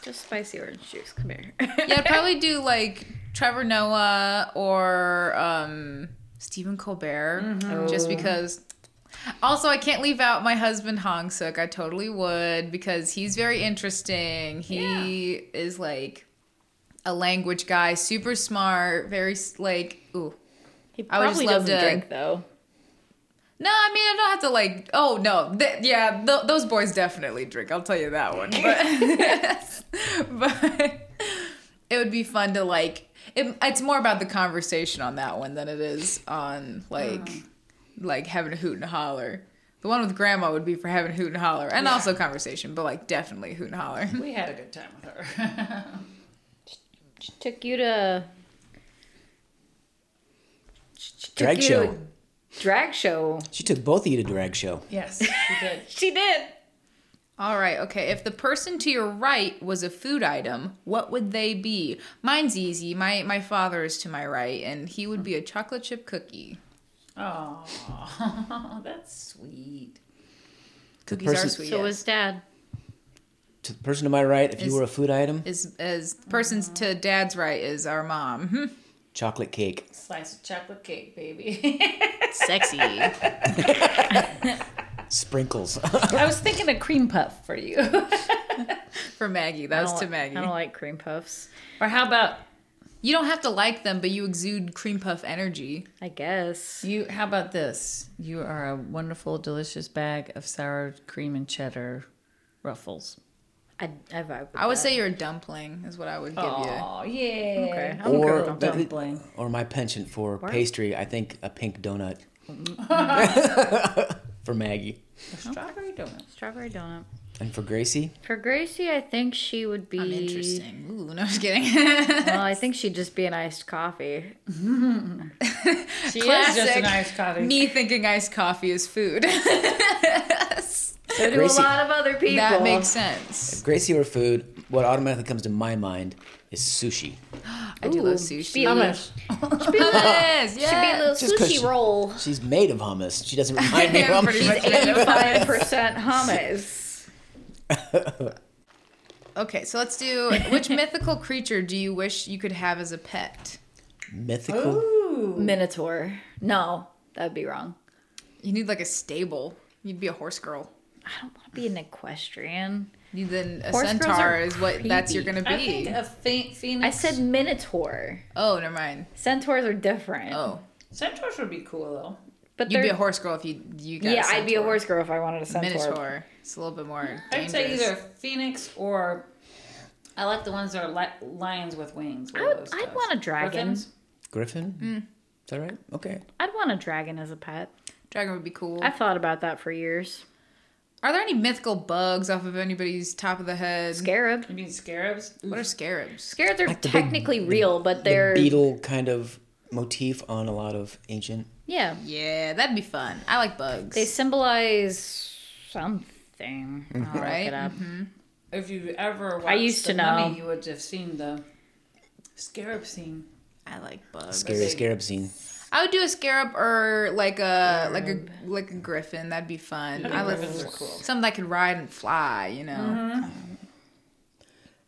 C: Just spicy orange juice. Come here.
D: Yeah, I'd probably do like Trevor Noah or um, Stephen Colbert, just because. Also, I can't leave out my husband Hong Suk. I totally would because he's very interesting. He is like a language guy, super smart, very s- like ooh.
C: He
D: I would just
C: probably
D: love
C: doesn't
D: to-
C: drink though.
D: No, I mean I don't have to like. Oh no, th- yeah, th- those boys definitely drink. I'll tell you that one. But, but it would be fun to like. It, it's more about the conversation on that one than it is on like like having a hoot and a holler. The one with grandma would be for having a hoot and holler, and also conversation, but like definitely hoot and holler.
E: We had a good time with her.
C: She took you to she took
B: Drag
C: you
B: show.
C: to a Drag show.
B: She took both of you to drag show.
E: yes, she did.
C: She did.
D: All right, okay. If the person to your right was a food item, what would they be? Mine's easy. My my father is to my right, and he would be a chocolate chip cookie.
E: Oh, that's sweet.
D: Cookies
B: person-
D: are sweet.
C: So was dad.
B: To the person to my right, if
D: Is-
B: you were a food item,
D: is is the person's to dad's right is our mom.
B: chocolate cake.
E: Slice of chocolate cake, baby.
D: Sexy.
B: Sprinkles.
D: Oh,
E: I was thinking a cream puff for you.
D: For Maggie, that was
C: I
D: to
C: don't li-
D: Maggie.
C: I don't like cream puffs.
E: or how about
D: you don't have to like them, but you exude cream puff energy.
C: I guess.
E: you? How about this? You are a wonderful, delicious bag of sour cream and cheddar ruffles.
C: I, I vibe. With
D: I would
C: that.
D: say you're a dumpling is what I would give you.
E: Oh yeah.
C: Okay. I'm
B: Or-
C: good with them.
E: Dumpling.
B: or my penchant for pastry, I think a pink donut. for Maggie.
E: Strawberry donut.
C: Strawberry donut.
B: And for Gracie,
C: For Gracie, I think she would be.
D: I'm interesting. Ooh, no, I'm just kidding.
C: Well, I think she'd just be an iced coffee.
E: She
D: Classic.
E: is just an iced coffee.
D: Me thinking iced coffee is food.
C: So do
B: Gracie-
C: a lot of other people.
D: That makes sense.
B: Gracie or food, what automatically comes to my mind is sushi.
D: I do love
C: Ooh,
D: sushi.
C: be a little-
D: Hummus,
C: Uh, Should be a
D: yeah.
C: little
B: Just 'cause
C: sushi
B: she-
C: roll.
B: She's made of hummus. She doesn't remind me of
D: Yeah,
B: hummus.
D: pretty
B: She's-
D: much.
C: Eighty-five percent hummus.
D: Okay, so let's do which mythical creature do you wish you could have as a pet?
B: Mythical.
E: Oh.
C: Minotaur. No, that'd be wrong.
D: You need like a stable. You'd be a horse girl.
C: I don't want to be an equestrian.
D: You then a
C: Horse girls
D: centaur
C: are
D: is what that's you're gonna
E: I think
D: be.
E: a fe- phoenix.
C: I said minotaur.
D: Oh, never mind.
C: Centaurs are different.
D: Oh,
E: centaurs would be cool though.
C: but
D: you'd be
C: they're-
D: a horse girl if you you got.
C: yeah,
D: i
C: I'd be a horse girl if I wanted a centaur.
D: Minotaur. It's a little bit more.
E: I'd say
D: dangerous.
E: either phoenix or I like the ones that are li- lions with wings. What
C: I
E: are
C: would-
E: those
C: I'd
E: guys?
C: want a dragon.
E: Griffins?
B: Griffin? Is that right? Okay.
C: I'd want a dragon as a pet.
D: Dragon would be cool.
C: I've thought about that for years.
D: Are there any mythical bugs off of anybody's top of the head?
C: Scarab.
E: You mean scarabs?
D: What are scarabs?
C: Scarabs are
B: Like the big-
C: technically real, but
B: The
C: they're
B: beetle kind of motif on a lot of ancient.
C: yeah.
D: Yeah, that'd be fun. I like bugs.
C: They symbolize something. I'll look
D: Mm-hmm. Right?
C: it up.
E: If you ever watched
C: used
E: The
C: to know.
E: Mummy, you would have seen the scarab scene.
D: I like bugs.
B: Scary scarab scene.
D: I would do a scarab or like a like a like a griffin. That'd be fun. I like
E: griffins are cool.
D: something that could ride and fly. You know.
E: Mm-hmm.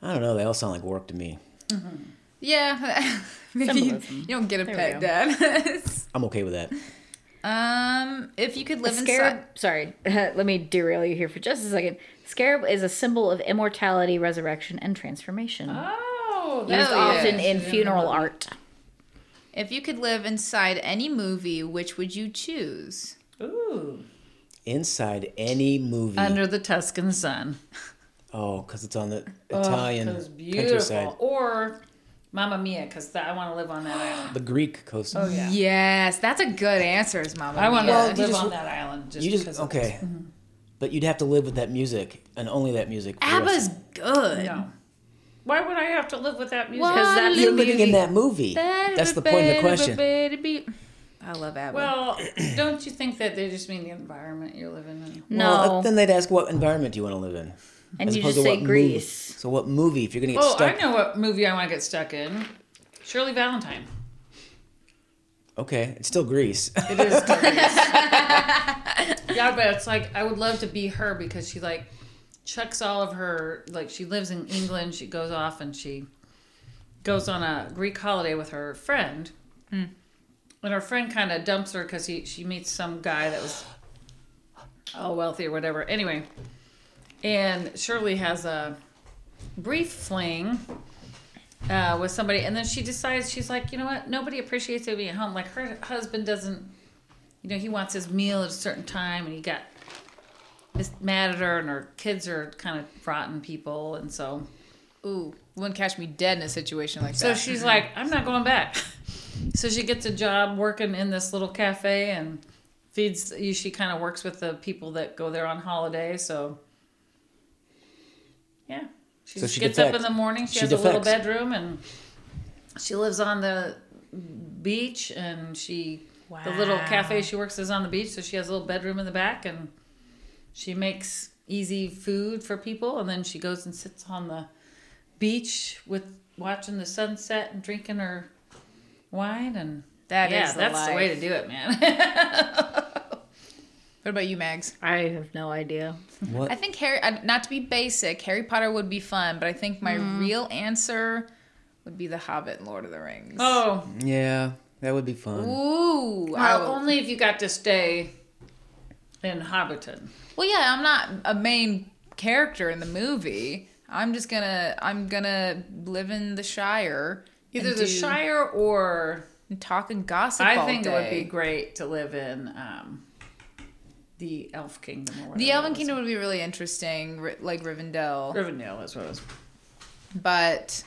B: I don't know. They all sound like work to me.
D: Yeah. Maybe you,
C: Symbolism.
D: you don't get a
C: There we
D: pet, Dad.
B: I'm okay with that.
D: um, if you could live
C: Scarab.
D: inside.
C: Sorry, let me derail you here for just a second. Scarab is a symbol of immortality, resurrection, and transformation.
E: Oh,
D: Oh,
C: Used
D: yeah.
C: often in funeral art.
D: If you could live inside any movie, which would you choose?
E: Ooh.
B: Inside any movie.
E: Under the Tuscan sun.
B: oh, because it's on the Italian
E: It was
B: countryside.
E: beautiful. Or Mamma Mia, because I want to live on that island.
B: The Greek coast.
E: Oh, yeah.
D: Yes, that's a good answer, is Mama.
E: I want to
D: Mia.
E: live
B: you just-
E: on that island just,
B: you just
E: because of
B: okay.
E: this.
B: But you'd have to live with that music and only that music. for the rest
D: ABBA's
B: of-
D: good.
E: No. Why would I have to live with that music?
C: Because that's
B: You're
C: the
B: living in
C: beauty.
B: that movie. That's the point of the question.
D: I love ABBA.
E: Well, don't you think that they just mean the environment you're living in?
C: No,
B: Well, then they'd ask what environment do you want to live in,
C: and you
B: opposed
C: just say
B: movie.
C: Greece.
B: So what movie? If you're gonna get
E: Oh,
B: stuck,
E: I know what movie I want to get stuck in. Shirley Valentine.
B: okay, it's still Greece.
E: It is. Greece. yeah, but it's like I would love to be her because she like chucks all of her like she lives in England. She goes off and she goes on a Greek holiday with her friend, and her friend kind of dumps her because he she meets some guy that was all wealthy or whatever. Anyway, and Shirley has a brief fling uh, with somebody, and then she decides she's like, you know what? Nobody appreciates me at home. Like her husband doesn't, you know, he wants his meal at a certain time, and he got is mad at her, and her kids are kind of rotten people, and so
D: Ooh, wouldn't catch me dead in a situation like
E: so
D: that.
E: she's like, I'm not going back. So she gets a job working in this little cafe and feeds. She kind of works with the people that go there on holiday. So yeah, she,
B: So
E: just
B: she
E: gets up in
B: defects.
E: the morning. She,
B: She
E: has a little
B: defects.
E: bedroom and she lives on the beach. And she the little cafe she works is on the beach. So she has a little bedroom in the back and she makes easy food for people. And then she goes and sits on the beach with watching the sunset and drinking her wine and
D: That
E: yeah,
D: is the
E: that's the way
D: life.
E: to do it, man.
D: What about you, Mags?
C: I have no idea.
B: what?
D: I think Harry. uh, Not to be basic, Harry Potter would be fun, but I think my
E: Mm.
D: real answer would be The Hobbit and Lord of the Rings.
E: oh,
B: yeah, that would be fun.
D: Ooh. I
E: well,
D: would-
E: only if you got to stay in Hobbiton.
D: Well, yeah, I'm not a main character in the movie. I'm just gonna I'm gonna live in the Shire.
E: Either
D: and
E: the
D: do-
E: Shire or
D: and talk and gossip.
E: I
D: all
E: think it would
D: day.
E: be great to live in um, the Elf Kingdom. Or
D: the
E: whatever
D: Elven
E: it was.
D: Kingdom would be really interesting, ri- like Rivendell.
E: Rivendell is what it was.
D: But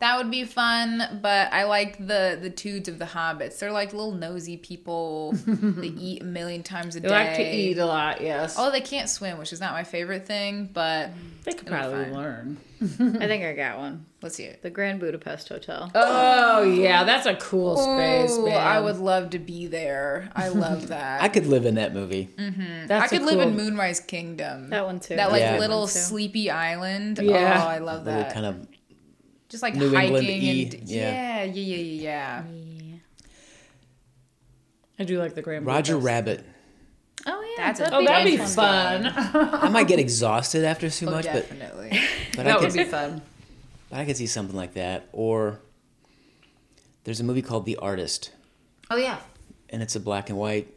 D: that would be fun. But I like the the Toods of the Hobbits. They're like little nosy people. they eat a million times a
E: They
D: day.
E: like to eat a lot, yes.
D: Oh, they can't swim, which is not my favorite thing. But
E: they could
D: it'll be
E: probably
D: fine.
E: learn.
C: I think I got one.
D: let's hear it.
C: The Grand Budapest Hotel.
E: Oh yeah, that's a cool space,
D: Ooh,
E: man.
D: I would love to be there. I love that.
B: I could live in that movie.
E: That's
D: I could
E: a
D: live in
E: cool-
D: Moonrise Kingdom.
C: That one too.
D: That like
B: Yeah.
D: little
C: One too.
D: sleepy island.
E: Yeah.
D: Oh, I love
B: Little
D: that.
B: kind of
D: Just like
B: New England
D: hiking
B: E,
D: and yeah. yeah,
B: yeah.
D: yeah, yeah, yeah.
E: I do like the Grand.
B: Roger
E: Budapest.
B: Rabbit.
C: oh yeah,
D: That's a
C: that'd
E: Oh,
D: big
C: be
E: that'd be
D: Nice
E: fun.
B: I might get exhausted after too
D: Oh,
B: much, but
D: definitely.
B: but I
E: that
B: could
E: would be fun.
B: but I could see something like that. Or there's a movie called The Artist,
E: Oh yeah.
B: and it's a black and white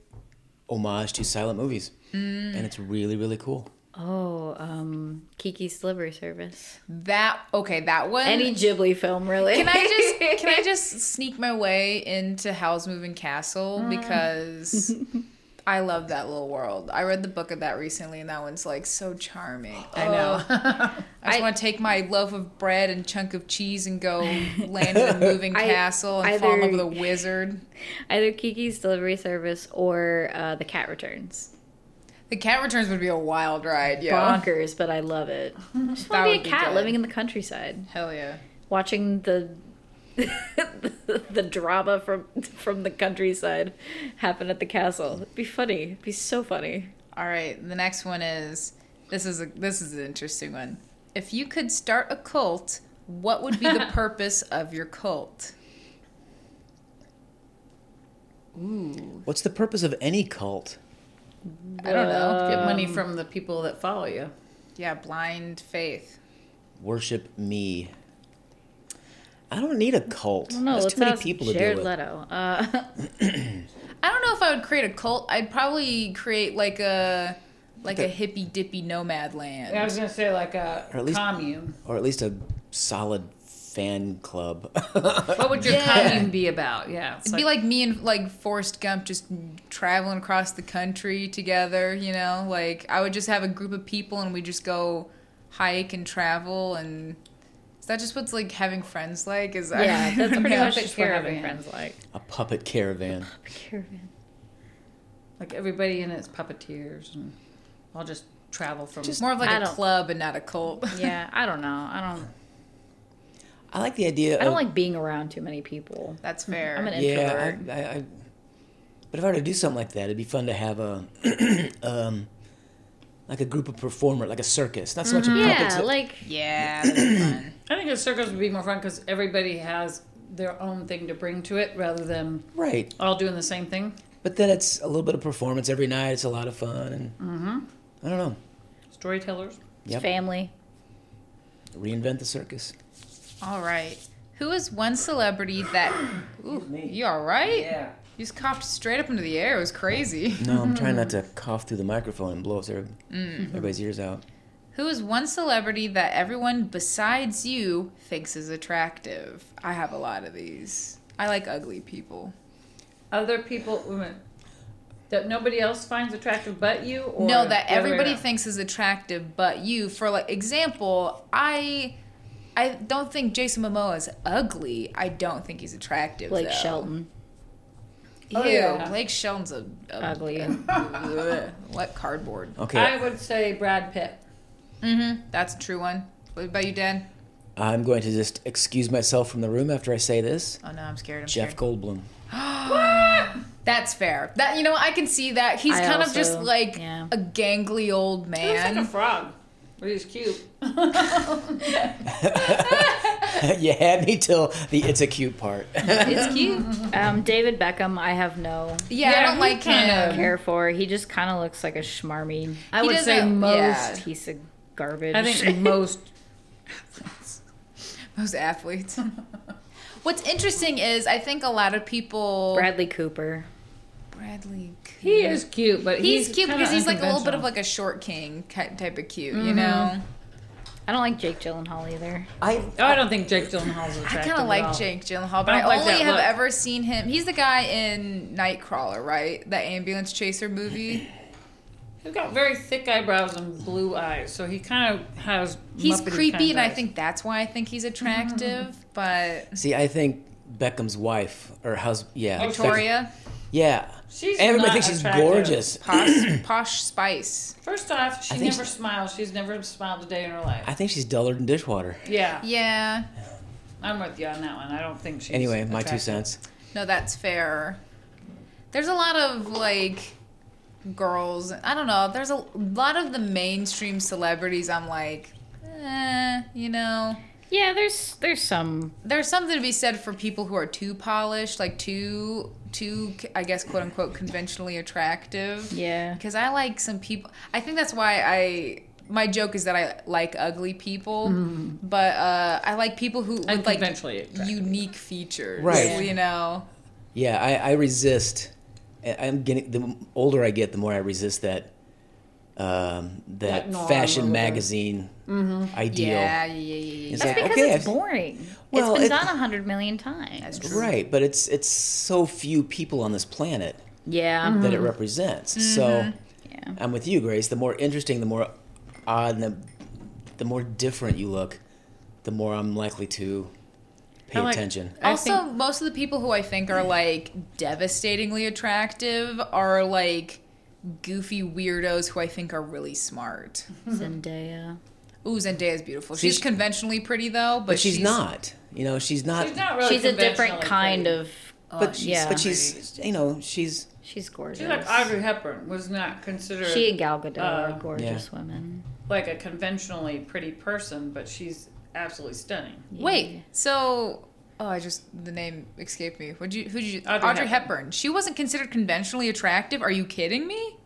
B: homage to silent movies, and it's really really cool.
C: Oh, um, Kiki's Delivery Service.
D: that okay, that one.
C: Any Ghibli film, really?
D: can I just can I just sneak my way into Howl's Moving Castle because I love that little world. I read the book of that recently, and that one's like so charming.
E: I know.
D: I just
C: I-
D: want to take my loaf of bread and chunk of cheese and go land in a moving
C: I-
D: castle and fall in love
C: either-
D: with a wizard.
C: Either Kiki's Delivery Service or uh, The Cat Returns.
D: The Cat Returns would be a wild ride, yeah.
C: Bonkers, but I love it. I
D: That
C: just want to be a
D: would be
C: cat
D: good.
C: living in the countryside,
D: Hell yeah.
C: watching the. the drama from from the countryside happen at the castle. It'd be funny. It'd be so funny.
D: All right, the next one is this is a this is an interesting one. If you could start a cult, what would be the purpose of your cult?
B: What's the purpose of any cult?
D: I don't know.
E: Get money from the people that follow you.
D: Yeah, blind faith.
B: Worship me. I don't need a cult.
C: No,
B: There's
C: let's
B: too many
C: ask
B: people to
C: Jared
B: deal with.
C: Leto. Uh,
D: I don't know if I would create a cult. I'd probably create like a like a hippy dippy nomad land.
E: I was gonna say like a
B: Or at least-
E: commune.
B: Or at least a solid fan club. Uh,
E: What would your
D: Yeah.
E: commune be about? Yeah, it's
D: It'd be like me and like Forrest Gump just traveling across the country together, you know? Like I would just have a group of people and we just go hike and travel and is that just what's like having friends like? Is I-
C: yeah,
D: I
C: that's
D: don't
C: pretty
D: know.
C: much just what having
E: caravan.
C: friends like.
B: a puppet caravan.
C: Caravan.
E: like everybody in it's puppeteers, and I'll just travel from.
D: more of like
C: I
D: a
C: don't-
D: club and not a cult.
C: Yeah, I don't know. I don't.
B: I like the idea.
C: I don't
B: of,
C: like being around too many people.
D: That's fair.
C: I'm an
B: Yeah,
C: introvert.
B: I, I, I, but if I were to do something like that, it'd be fun to have a, um, like a group of performers, like a circus. Not so much a puppets.
C: Mm-hmm. Yeah, like
D: yeah, that'd be fun.
E: I think a circus would be more fun because everybody has their own thing to bring to it rather than
B: right.
E: all doing the same thing.
B: But then it's a little bit of performance every night. It's a lot of fun, and
C: Mm-hmm.
B: I don't know.
E: Storytellers.
B: Yep.
C: family.
B: Reinvent the circus.
D: All right. Who is one celebrity that Ooh, you all right? You just coughed straight up into the air. It was crazy.
B: No, I'm trying not to
E: Mm-hmm.
B: cough through the microphone and blow every, everybody's ears out.
D: Who is one celebrity that everyone besides you thinks is attractive? I have a lot of these. I like ugly people.
E: Other people, women that nobody else finds attractive but you. Or
D: no, that
E: the other way
D: everybody
E: around?
D: thinks is attractive but you. For like example, I I don't think Jason Momoa is ugly. I don't think he's attractive.
C: Blake
D: though.
C: Shelton.
D: Ew,
E: Oh, yeah.
D: Blake Shelton's a, a
C: Ugly.
D: Ugh, what cardboard?
B: Okay,
E: I would say Brad Pitt.
D: Mm-hmm. That's a true one. What about you, Dan?
B: I'm going to just excuse myself from the room after I say this.
D: Oh no, I'm scared. I'm
B: Jeff
D: scared.
B: Goldblum.
D: That's fair. That you know, I can see that he's
C: I
D: kind of just
C: also-
D: like
C: yeah.
D: a gangly old
E: He looks like a
D: man.
E: frog, but he's cute.
B: you had me till the it's a cute part.
C: It's cute. Um, David Beckham, I have no
D: yeah, I
E: Yeah,
D: don't
E: he
D: like
E: kind
D: him.
C: care for. He just kind of looks like a schmarmy
E: I
D: He
E: would say
D: doesn't-
E: most.
D: yeah.
C: piece of garbage.
E: I think most.
D: Those athletes. What's interesting is I think a lot of people
C: Bradley Cooper.
D: Bradley. Cooper.
E: He is cute, but
D: He's,
E: he's,
D: cute
E: kinda
D: because he's like a little bit of
E: unconventional. Mm-hmm.
D: like a short king ki- type of cute, you know.
C: I don't like Jake Gyllenhaal either.
B: I
E: Oh, I don't think Jake Gyllenhaal's
D: I
E: attractive.
D: kind of
E: at all.
D: like Jake Gyllenhaal, but
E: I
D: I,
E: don't like
D: only
E: that
D: have
E: look.
D: ever seen him. He's the guy in Nightcrawler, right? The ambulance chaser movie.
E: He's got very thick eyebrows and blue eyes, so he kind of has.
D: He's
E: Muppety
D: creepy,
E: kind
D: and I
E: eyes.
D: think that's why I think he's attractive. But
B: see. I think Beckham's wife or husband. Yeah,
D: Victoria.
B: Beckham- yeah.
E: She's
B: Everybody
E: not
B: thinks she's
E: attractive.
B: gorgeous.
D: Posh, posh Spice.
E: First off, she
B: I think
E: never
B: she-
E: smiles. She's never smiled a day in her life.
B: I think she's duller than dishwater.
E: Yeah,
D: Yeah.
E: I'm with you on that one. I don't think she's.
B: Anyway, my two
E: attractive.
B: cents.
D: No, that's fair. There's a lot of like girls. I don't know. There's a lot of the mainstream celebrities. I'm like, eh, you know.
C: Yeah, there's there's some
D: There's something to be said for people who are too polished, like too, too, I guess, quote unquote, conventionally attractive.
C: yeah.
D: Because I like some people. I think that's why I. My joke is that I like ugly people,
B: Mm-hmm.
D: but uh, I like people who with like
E: Unconventionally attractive.
D: unique features.
B: Right.
D: You know.
B: Yeah, I, I resist. I- I'm getting the older I get, the more I resist that um, that
E: That norm or
B: fashion
E: whatever.
B: ideal.
E: Mm-hmm.
B: ideal.
D: Yeah. Yeah. Yeah. Yeah. yeah.
B: It's
C: That's
B: like,
C: because
B: okay,
C: it's
B: I've-
C: boring.
B: Well,
C: it's been
B: it-
C: done a hundred million times.
D: That's true.
B: Right, but it's it's so few people on this planet.
C: Yeah.
B: that it represents. So
C: Yeah.
B: I'm with you, Grace. The more interesting, the more odd, and the, the more different you look, the more I'm likely to pay
E: I like-
B: attention.
E: I
D: also,
E: think-
D: most of the people who I think are like devastatingly attractive are like goofy weirdos who I think are really smart.
C: Zendaya.
D: Ooh, Zendaya's beautiful.
B: See,
D: she's
B: she-
D: conventionally pretty though, but,
B: But she's, not. You know, she's not.
E: She's not really
C: she's a different
E: conventionally
C: kind
E: pretty.
C: of.
B: but, she's,
C: yeah.
B: but she's, you know, she's.
C: She's gorgeous.
E: She's like Audrey Hepburn was not considered
C: She and Gal Gadot
E: Uh,
C: are gorgeous women.
E: like a conventionally pretty person, but she's absolutely stunning.
D: Wait, so oh, I just the name escaped me. Would you? Who did you? Audrey,
E: Audrey
D: Hepburn. She wasn't considered conventionally attractive. Are you kidding me?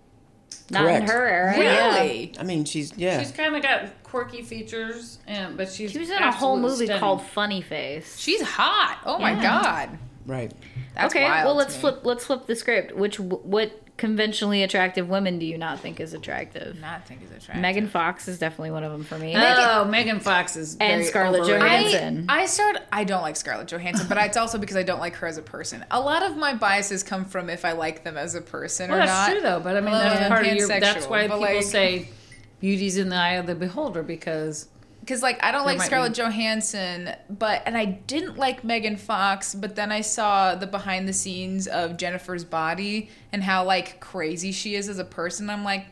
C: Not
B: Correct.
C: in her era. yeah.
D: Really?
B: I mean, she's yeah.
E: She's kind of got quirky features, and but she's
C: She was in a whole
E: absolutely
C: movie
E: stunning.
C: called Funny Face.
D: She's hot. Oh my
C: Yeah.
D: god.
B: right.
D: That's
C: okay,
D: wild
C: well
D: to
C: let's
D: me.
C: flip let's flip the script. Which what conventionally attractive women do you not think is attractive?
D: Not think is attractive.
C: Megan Fox is definitely one of them for me. Uh,
E: Oh, Megan Fox is
C: And
E: very
C: Scarlett
E: overrated.
C: Johansson.
D: I, I started. I don't like Scarlett Johansson, but it's also because I don't like her as a person. A lot of my biases come from if I like them as a person
E: Well,
D: or
E: that's
D: not.
E: true though. But I mean,
D: Well,
E: that's
D: yeah.
E: part of your.
D: pansexual,
E: That's why
D: but,
E: people
D: like-
E: say beauty's in the eye of the beholder because
D: because like I don't like
E: might
D: Scarlett
E: be.
D: Johansson, but and I didn't like Megan Fox, but then I saw the behind the scenes of Jennifer's body and how like crazy she is as a person. I'm like,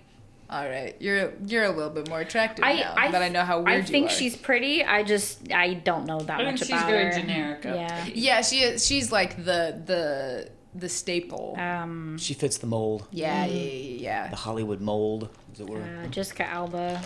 D: all right, you're you're a little bit more attractive now that I know how weird
C: I
D: you
C: think
D: are.
C: she's pretty. I just I don't know that
E: I think
C: much
E: she's
C: about
E: very
C: her.
E: generic of
C: Yeah.
D: yeah, she is. She's like the the the staple.
C: Um,
B: She fits the mold,
D: yeah, yeah, yeah, yeah.
B: the Hollywood mold, as it were.
C: uh, Jessica Alba.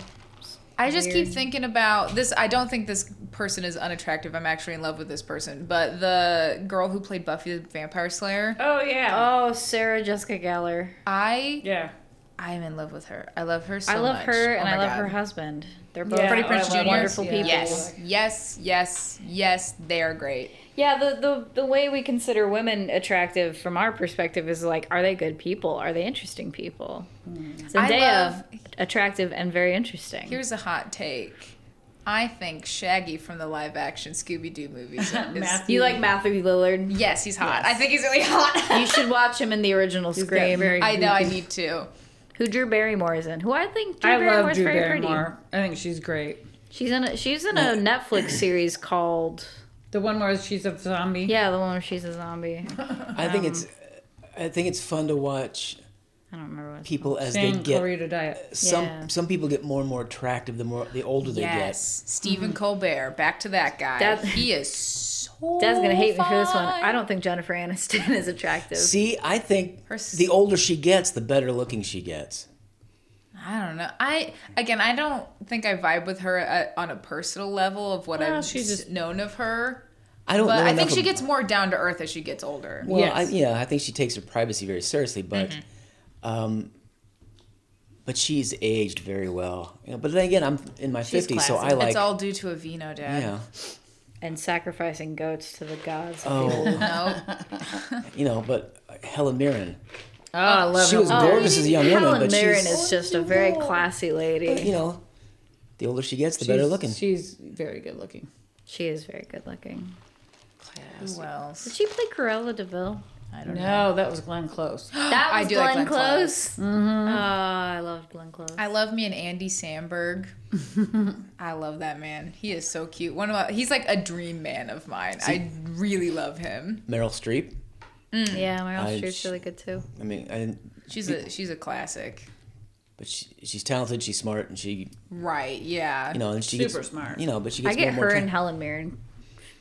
D: I just keep
C: Weird.
D: thinking about this. I don't think this person is unattractive. I'm actually in love with this person. But the girl who played Buffy the Vampire Slayer,
E: oh yeah,
C: Oh, Sarah Jessica Gellar.
D: I
E: yeah.
D: I'm in love with her. I love her so
C: I love
D: much.
C: her
D: Oh
C: and
D: my
C: I love
D: God.
C: her husband. They're both
E: Freddie
C: are
E: Prinze Jr.?
C: wonderful
E: Yeah.
C: people.
D: Yes, yes, yes, yes. They are great.
C: Yeah, the, the the way we consider women attractive from our perspective is like, are they good people? Are they interesting people? Zendaya,
D: I love-
C: attractive and very interesting.
D: Here's a hot take. I think Shaggy from the live action Scooby Doo movies is.
E: Matthew.
C: you like Matthew Lillard?
D: yes, he's hot. I think he's really hot.
C: you should watch him in the original
E: She's got
C: Scream.
E: very
D: I know. I need to.
C: who Drew Barrymore is in. Who I think Drew
E: I love
C: Barrymore's
E: Drew
C: very
E: Barrymore. I think she's great.
C: pretty. She's in a she's in a Netflix series called
E: The one where she's a zombie.
C: Yeah, the one where she's a zombie.
B: I think it's, I think it's fun to watch
C: I don't remember what it's
B: people as they
E: Same
B: get.
E: Clarita Diet.
B: Some
C: Yeah.
B: some people get more and more attractive the more the older they
D: Yes, Stephen Colbert. Back to that guy.
C: That-
D: he is so.
C: Dad's gonna hate me for this one.
D: fine.
C: I don't think Jennifer Aniston is attractive.
B: get. See, I think
D: Her s-
B: the older she gets, the better looking she gets.
D: I don't know. I again, I don't think I vibe with her uh on a personal level of what
E: Well,
D: I've
E: she's just-
D: known of her.
B: I don't
D: But
B: know
D: I
B: enough
D: think she
B: ab-
D: gets more down to earth as she gets older.
B: Well,
E: Yes.
B: I, yeah, I think she takes her privacy very seriously, but, um, but she's aged very well. You know, but then again, I'm in my
C: She's
B: fifties, so I
C: classy.
B: like
D: it's all due to a vino, Dad.
B: yeah,
C: and sacrificing goats to the gods.
B: oh,
D: No,
B: you know. But Helen Mirren,
E: Oh, I love
B: she
E: her.
B: was gorgeous as a young
C: Oh, Helen
B: woman, but
C: Mirren
B: she's
C: is just a very classy lady.
B: you know, the older she gets, the
E: She's-
B: better looking.
E: She's very good looking.
C: She is very good looking.
D: who else?
C: Did she play Corella Deville?
D: I don't know.
E: No, that was Glenn Close.
C: That
D: I
C: was
D: do like
C: Glenn,
D: Glenn
C: Close. Mm. Oh, I loved Glenn Close.
D: I love me an Andy Samberg. I love that man. He is so cute. One of my, he's like a dream man of mine. I really love him.
B: Meryl Streep.
C: yeah, Meryl
B: I-
C: Streep's really good too.
B: I mean, I didn't,
D: She's a she's a classic.
B: but she, she's talented, she's smart, and she,
D: Right? Yeah.
B: you know, and she
E: Super
B: gets,
E: smart.
B: You know, but she
C: I
B: gets more
C: get
B: and more
C: her and
B: attra-
C: Helen Mirren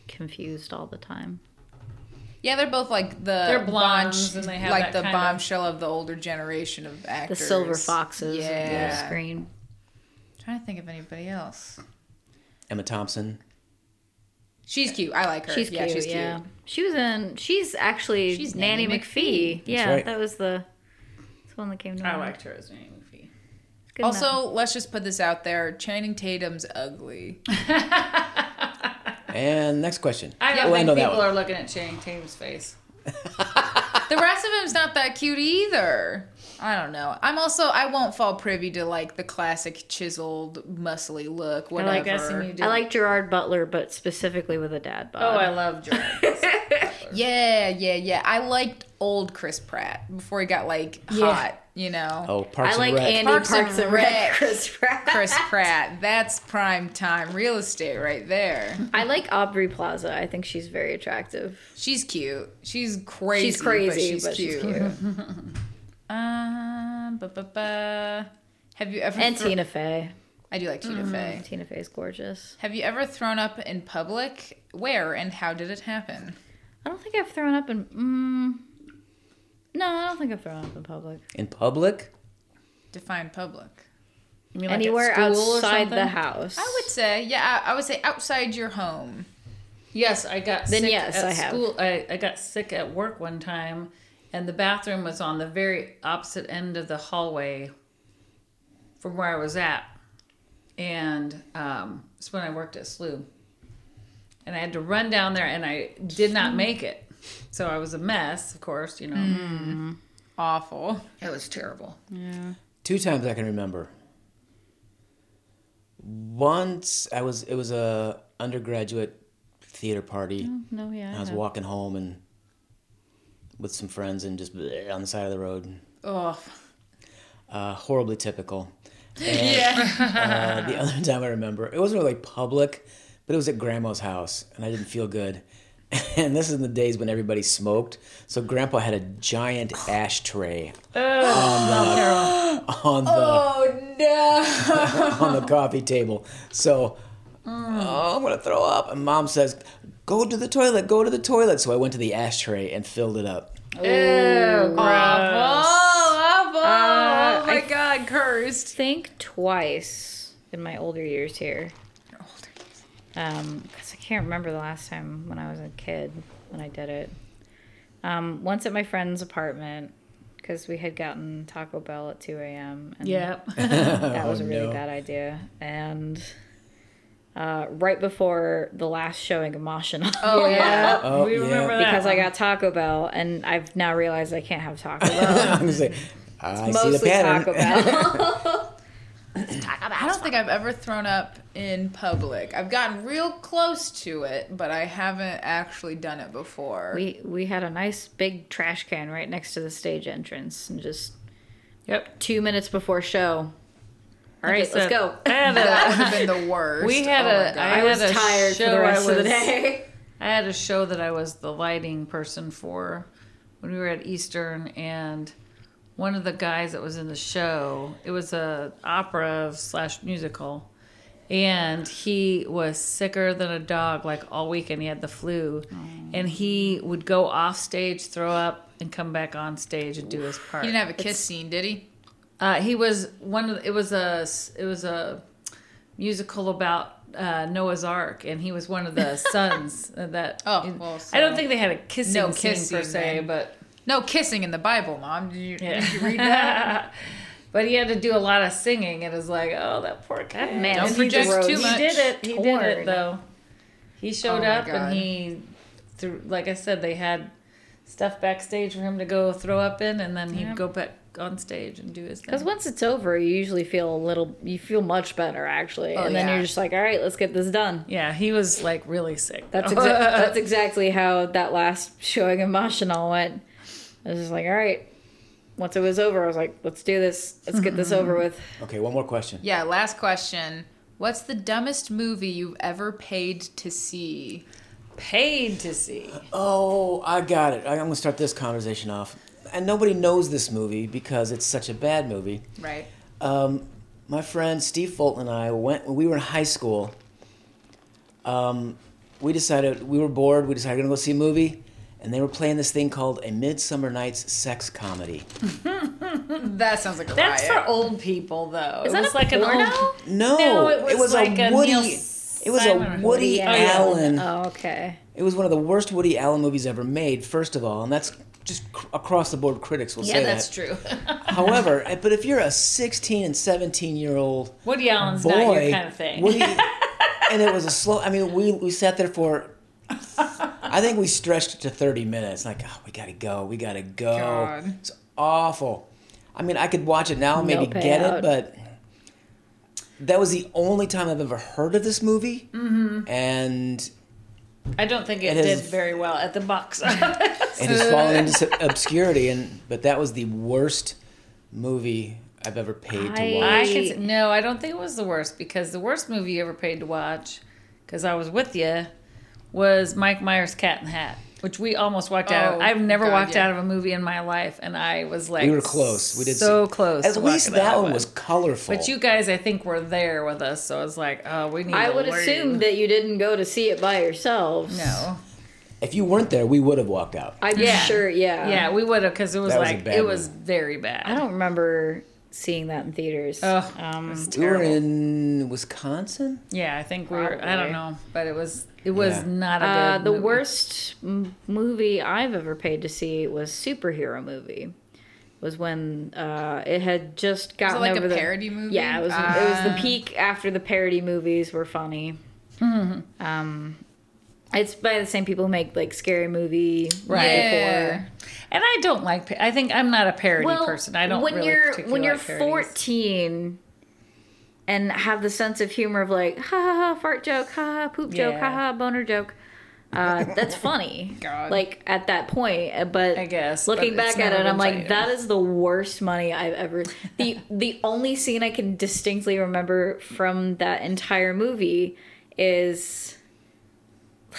C: confused all the time.
D: Yeah, they're both like the
E: They're blondes
D: bonch-
E: and they have
D: like
E: that
D: the
E: kind of-
D: bombshell of... the older generation of
C: The
D: actors.
C: silver foxes
D: Yeah.
C: yeah. the screen.
D: trying to think of anybody else.
B: Emma Thompson.
D: She's cute. I like her.
C: She's
D: yeah,
C: cute.
D: she's cute.
C: yeah, she was in. She's actually
D: She's
C: Nanny,
D: Nanny
C: McPhee. Yeah,
B: right.
C: that was the, that's the one that came to
E: I
C: mind.
E: liked her as a movie.
C: Good
D: Also,
C: enough.
D: let's just put this out there: Channing Tatum's ugly.
B: And next question.
E: I don't
B: Oh,
E: think
B: know that
E: people
B: one.
E: are looking at Channing Tatum's face.
D: the rest of him's not that cute either. I don't know. I'm also I won't fall privy to like the classic chiseled, muscly look. Whatever.
E: I like SMU.
C: I like Gerard Butler, but specifically with a dad bod.
E: Oh, I love Gerard.
D: Yeah, yeah, yeah. I liked old Chris Pratt before he got like
C: Yeah.
D: hot. You know,
B: Oh, Parks
C: I like
B: and Rec.
C: Andy
D: Parks
C: Parks,
D: and
C: and Rec.
D: Rec.
C: Chris Pratt.
D: Chris Pratt. That's prime time real estate right there.
C: I like Aubrey Plaza. I think she's very attractive.
D: She's cute. She's crazy.
C: She's crazy,
D: but she's
C: but she's
D: cute. um, ba, ba, ba. Have you ever?
C: And
D: thro-
C: Tina Mm-hmm. Fey.
D: I do like Tina Fey.
C: Tina Fey's gorgeous.
D: Have you ever thrown up in public? Where and how did it happen?
C: I don't think I've thrown up in. Mm, no, I don't think I've thrown up in public.
B: In public?
D: Define public.
E: You mean, like, at
C: Anywhere
E: school or
C: outside the
E: something?
C: house.
D: I would say, yeah, I, I would say outside your home.
E: Yes, I got
C: Then
E: sick
C: yes,
E: at
C: I have.
E: school. I, I got sick at work one time, and the bathroom was on the very opposite end of the hallway from where I was at. And um, it's when I worked at SLU. And I had to run down there, and I did not make it. So I was a mess, of course, you know.
C: Mm.
D: Awful.
E: It was terrible.
B: Two times I can remember. Once I was it was a undergraduate theater party.
C: No, Oh, yeah.
B: I was
C: no.
B: walking home and with some friends and just bleh, on the side of the road.
D: Oh,
B: Uh, horribly typical. And, uh, the other time I remember, it wasn't really public, but it was at grandma's house and I didn't feel good. And this is in the days when everybody smoked. So grandpa had a giant ashtray on the
D: oh no.
B: on the coffee table. So oh, I'm gonna throw up. And mom says, "Go to the toilet. Go to the toilet." So I went to the ashtray and filled it up.
D: Awful. Awful.
C: Uh,
D: oh my God, cursed.
C: think twice in my older years here. Um, 'cause because I can't remember the last time when I was a kid when I did it. Um, once at my friend's apartment because we had gotten Taco Bell at 2 a.m. and
E: Yep.
C: that was a really
B: Oh, no.
C: bad idea. And uh, right before the last showing of Machina.
D: Oh yeah.
B: Oh,
E: we
B: yeah.
E: remember that.
C: Because I got Taco Bell, and I've now realized I can't have Taco Bell.
B: I'm gonna say, I see the
C: Mostly
B: pattern.
C: Taco Bell.
D: I don't think I've ever thrown up in public. I've gotten real close to it, but I haven't actually done it before.
C: we we had a nice big trash can right next to the stage entrance, and just
E: yep.
C: two minutes before show. All right,
E: Just
C: let's
E: a-
C: go.
E: I had a-
D: that would have been the worst.
E: We had
D: Oh my
E: a-
D: God.
E: I
C: I was
E: had a
C: tired for
E: show
C: the rest
E: I
C: of the
E: was-
C: day.
E: I had a show that I was the lighting person for when we were at Eastern, and one of the guys that was in the show, it was a opera slash musical, and he was sicker than a dog like all weekend. He had the flu,
D: Oh.
E: and he would go off stage, throw up, and come back on stage and do his part.
D: He didn't have a kiss scene, did he?
E: Uh, he was one of the, it was a it was a musical about uh, Noah's Ark, and he was one of the sons of that.
D: Oh, well,
E: I don't think they had a kissing
D: No
E: scene per
D: kissing
E: se,
D: then.
E: but
D: No kissing in the Bible, Mom. Did you,
E: Yeah.
D: did you read that?
E: but he had to do a lot of singing, and it's like, oh, that poor guy.
C: That man
D: Don't
C: is
D: project
C: gross.
D: too
E: he
D: much. Oh,
E: did it. He did
C: Torn.
E: it though. He showed
D: my
E: up
D: God.
E: and he threw. Like I said, they had stuff backstage for him to go throw up in, and then he'd go back on stage and do his
C: Because
E: thing.
C: once it's over, you usually feel a little, you feel much better actually,
D: Oh,
C: and then
D: yeah.
C: you're just like, all right, let's get this done.
E: Yeah, he was like really sick.
C: That's
E: though.
C: exa- that's exactly how that last showing of Machinal went. I was just like, all right. Once it was over, I was like, let's do this. Let's get this over with.
B: Okay, one more question.
D: Yeah. Last question. What's the dumbest movie you've ever paid to see?
E: paid to see.
B: Oh, I got it. I- I'm gonna start this conversation off. And nobody knows this movie because it's such a bad movie.
D: Right.
B: Um, my friend Steve Fulton and I went when we were in high school. Um, we decided we were bored. We decided we're gonna go see a movie, and they were playing this thing called a Midsummer Night's sex comedy.
D: That sounds like a
E: That's
D: riot.
E: for old people, though.
C: Is
E: It
C: that
E: was
C: a
E: like an
C: porno?
E: old.
B: No,
E: No,
B: it was,
E: like
B: a
E: a
B: Woody.
E: Neil
B: it was a
E: Simon.
B: Woody
C: Yeah.
B: Allen.
C: Oh, okay.
B: It was one of the worst Woody Allen movies ever made. First of all, and that's just cr- across the board. Critics will say that.
E: true.
B: However, eh, but if you're a 16 and 17 year old
E: Woody Allen's
B: boy,
E: not your kind of thing.
B: Woody, and it was a slow. I mean, we we sat there for. I think we stretched it to 30 minutes. Like, oh, we gotta go. We gotta go.
D: God.
B: It's awful. I mean, I could watch it now, maybe get
C: payout.
B: it, but that was the only time I've ever heard of this movie, and
E: I don't think it,
B: It
E: did
B: is-
E: very well at the box office.
B: It has fallen into s- obscurity, and but that was the worst movie I've ever paid to
C: I-
B: watch.
E: I can say, no, I don't think it was the worst because the worst movie you ever paid to watch, because I was with you, was Mike Myers' Cat in the Hat, which we almost walked out. of.
D: Oh,
E: I've never
D: God,
E: walked
D: yeah.
E: out of a movie in my life, and I was like,
B: We were close. We did
E: so
B: see-
E: close.
B: At
E: to
B: least
E: walking out
B: that
E: of
B: one
E: it.
B: was colorful.
E: But you guys, I think, were there with us, so I was like, oh, we need.
C: I
E: to
C: would
E: learn.
C: assume that you didn't go to see it by yourselves.
E: No.
B: if you weren't there, we would have walked out.
C: I'm
E: Yeah.
C: sure, yeah.
E: Yeah, we would have because it was
B: That was a
E: like
B: bad
E: it was
B: movie.
E: very bad.
C: I don't remember seeing that in theaters.
E: Oh,
C: um,
B: we were in Wisconsin.
E: Yeah, I think we were. I
C: Probably.
E: don't know, but it was it was
B: Yeah.
E: not a good.
C: uh, the
E: movie.
C: worst m- movie I've ever paid to see was superhero movie. Was when uh, it had just
D: Was
C: gotten
D: it like
C: over
D: a
C: the
D: parody movie?
C: Yeah, it was. it
D: Ah.
C: was the peak after the parody movies were funny. um, it's by the same people who make like scary movie,
E: Right.
C: Before.
D: Yeah.
E: And I don't like. pa- I think I'm not a parody
C: well,
E: person. I don't
C: when
E: really
C: you're
E: particularly
C: when you're
E: like parodies.
C: 14 and have the sense of humor of like ha ha ha fart joke ha ha poop joke ha
E: Yeah.
C: ha boner joke uh, that's funny
D: God.
C: like at that point uh, but
E: I guess, but
C: looking
E: it's
C: back at
E: not
C: it i'm like
E: invited.
C: that is the worst money i've ever the the only scene i can distinctly remember from that entire movie is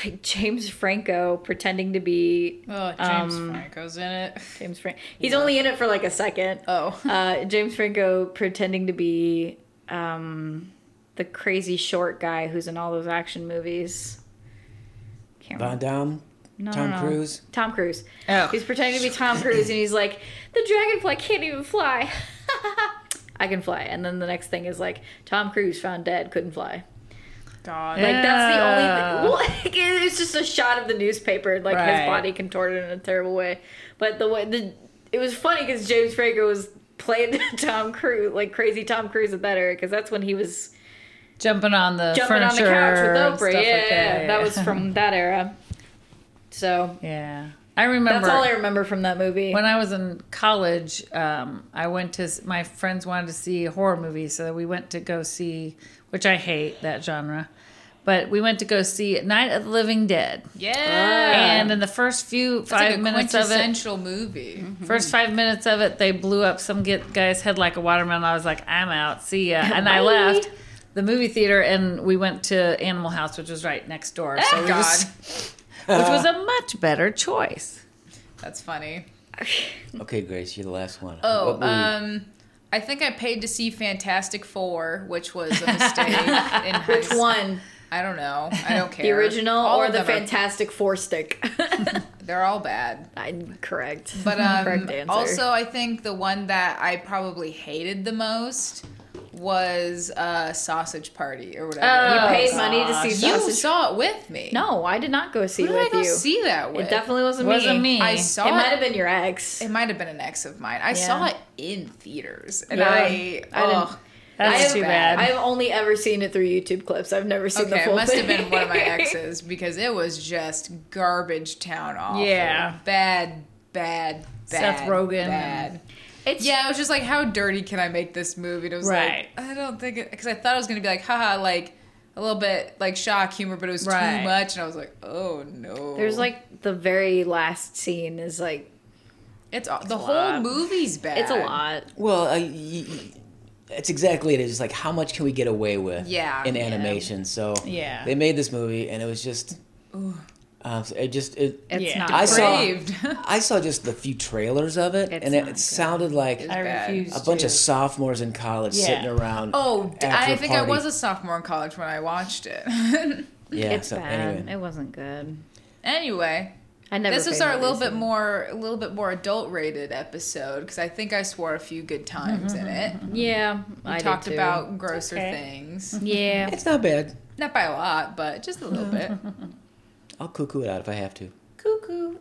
C: like james franco pretending to be
D: Oh, James
C: um,
D: Franco's in it.
C: james franco he's only in it for like a second
D: Oh.
C: uh, James Franco pretending to be um, the crazy short guy who's in all those action movies. Can't
B: Von
C: remember.
B: Damme,
C: No,
B: Tom
C: no, no.
B: Cruise.
C: Tom Cruise.
E: Oh.
C: He's pretending to be Tom Cruise, and he's like, "The dragonfly can't even fly. I can fly." And then the next thing is like, "Tom Cruise found dead, couldn't fly."
D: God.
C: Like that's the
E: Yeah.
C: only thing. Well, like, it's just a shot of the newspaper, like his
E: Right.
C: body contorted in a terrible way. But the way the it was funny because James Franco was playing Tom Cruise, like crazy Tom Cruise at that era, because that's when he was
E: jumping on the
C: jumping on the
E: furniture
C: couch
E: and
C: with
E: stuff
C: Oprah. Yeah,
E: like
C: yeah, yeah.
E: yeah.
C: that was from that era. So
E: yeah. I remember.
C: that's all I remember from that movie.
E: When I was in college, um, I went to my friends wanted to see a horror movie, so we went to go see, which I hate that genre, but we went to go see Night of the Living Dead.
C: Ah.
D: yeah.
E: And in the first few
D: It's
E: five
D: like a
E: minutes of it,
D: quintessential movie.
C: Mm-hmm.
E: First five minutes of it, they blew up some get, guy's head like a watermelon. I was like, I'm out. See ya. And I
C: Bye.
E: left the movie theater and we went to Animal House, which was right next door. So we
D: Oh, God.
E: just- which was a much better choice.
D: That's funny.
B: Okay, Grace, you're the last one.
D: Oh,
B: What movie?
D: um, I think I paid to see Fantastic Four, which was a mistake. in high
C: Which
D: school.
C: one?
D: I don't know. I don't care.
C: The original
D: All
C: or
D: of
C: the
D: them are-
C: Fantastic Four stick?
D: They're all bad.
C: I'm correct.
D: But um,
C: correct answer.
D: also, I think the one that I probably hated the most was uh, Sausage Party or whatever.
C: you
E: Oh,
C: paid money to see
D: you
C: Sausage
D: saw it with me.
C: No, I did not go see
D: Who did
C: with
D: I go
C: you.
D: see that with?
C: it definitely wasn't,
E: Wasn't me.
D: I saw
C: It
D: it.
C: might have been your ex.
D: It might have been an ex of mine. I saw it in theaters, and
C: Yeah.
D: I,
C: I didn't-
D: oh,
E: That's
C: I have-
E: too
D: bad.
E: bad.
C: I've only ever seen it through YouTube clips. I've never seen the
D: okay,
C: full
D: it must have
C: thing.
D: been one of my exes because it was just garbage town. Awful.
E: Yeah.
D: bad, bad, bad.
E: Seth Rogen.
D: bad.
C: It's
D: Yeah, it was just like, how dirty can I make this movie? And it was
E: Right.
D: like, I don't think it, because I thought it was going to be like, haha, like a little bit like shock humor, but it was
E: Right.
D: too much. And I was like, oh no.
C: There's like the very last scene is like
D: it's all, the whole
C: lot.
D: movie's bad.
C: it's a lot.
B: well, I- y- y- it's exactly it. It's like how much can we get away with?
D: Yeah,
B: in
D: yeah.
B: animation. So
E: Yeah.
B: they made this movie, and it was just, um, so it just it.
C: It's
E: Yeah.
C: not.
B: I saw-
D: Depraved.
B: I saw just the few trailers of it,
C: It's
B: and it,
C: not good.
B: sounded like
E: I
D: bad.
E: refuse.
B: a bunch
E: to.
B: of sophomores in college
E: Yeah.
B: sitting around.
D: oh, d-
B: after
D: I
B: a
D: think I
B: party.
D: was a sophomore in college when I watched it.
B: yeah.
C: it's
B: so
C: bad.
B: anyway,
C: It wasn't good.
D: anyway.
C: I never.
D: This is
C: paid
D: our
C: money
D: little
C: to
D: bit
C: see it.
D: more, a little bit more adult-rated episode because I think I swore a few good times in it.
C: Yeah,
D: We
C: Mm-hmm. I did
D: talked
C: too.
D: about grosser
E: okay.
D: things,
C: Yeah,
B: it's not bad.
D: not by a lot, but just a little bit.
B: I'll cuckoo it out if I have to.
D: cuckoo.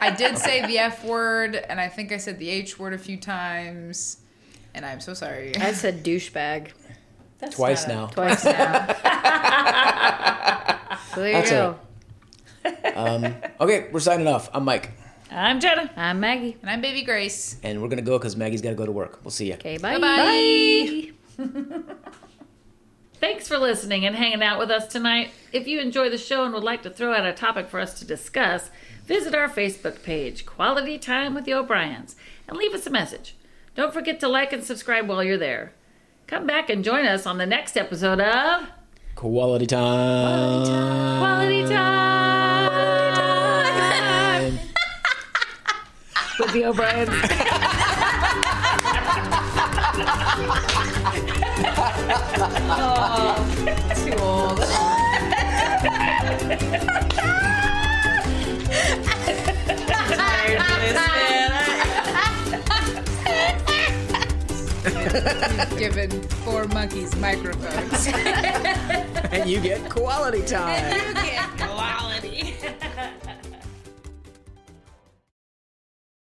D: I did say the F word, and I think I said the H word a few times, and I'm so sorry.
C: I said douchebag
E: That's
B: Twice
E: not a-
B: now.
C: twice now. so there you
B: That's
C: go.
B: all Um, okay, we're signing off. I'm Mike,
E: I'm Jenna.
C: I'm Maggie.
D: And I'm Baby Grace.
B: and we're gonna go because Maggie's gotta go to work. We'll see you.
C: Okay,
D: Bye-bye.
C: bye.
E: Thanks for listening and hanging out with us tonight. If you enjoy the show and would like to throw out a topic for us to discuss, visit our Facebook page, Quality Time with the O'Briens, and leave us a message. Don't forget to like and subscribe while you're there. Come back and join us on the next episode of
B: Quality time.
E: Quality Time, with the O'Briens.
D: Too old. Given four monkeys microphones.
B: And you get quality time.
D: Okay.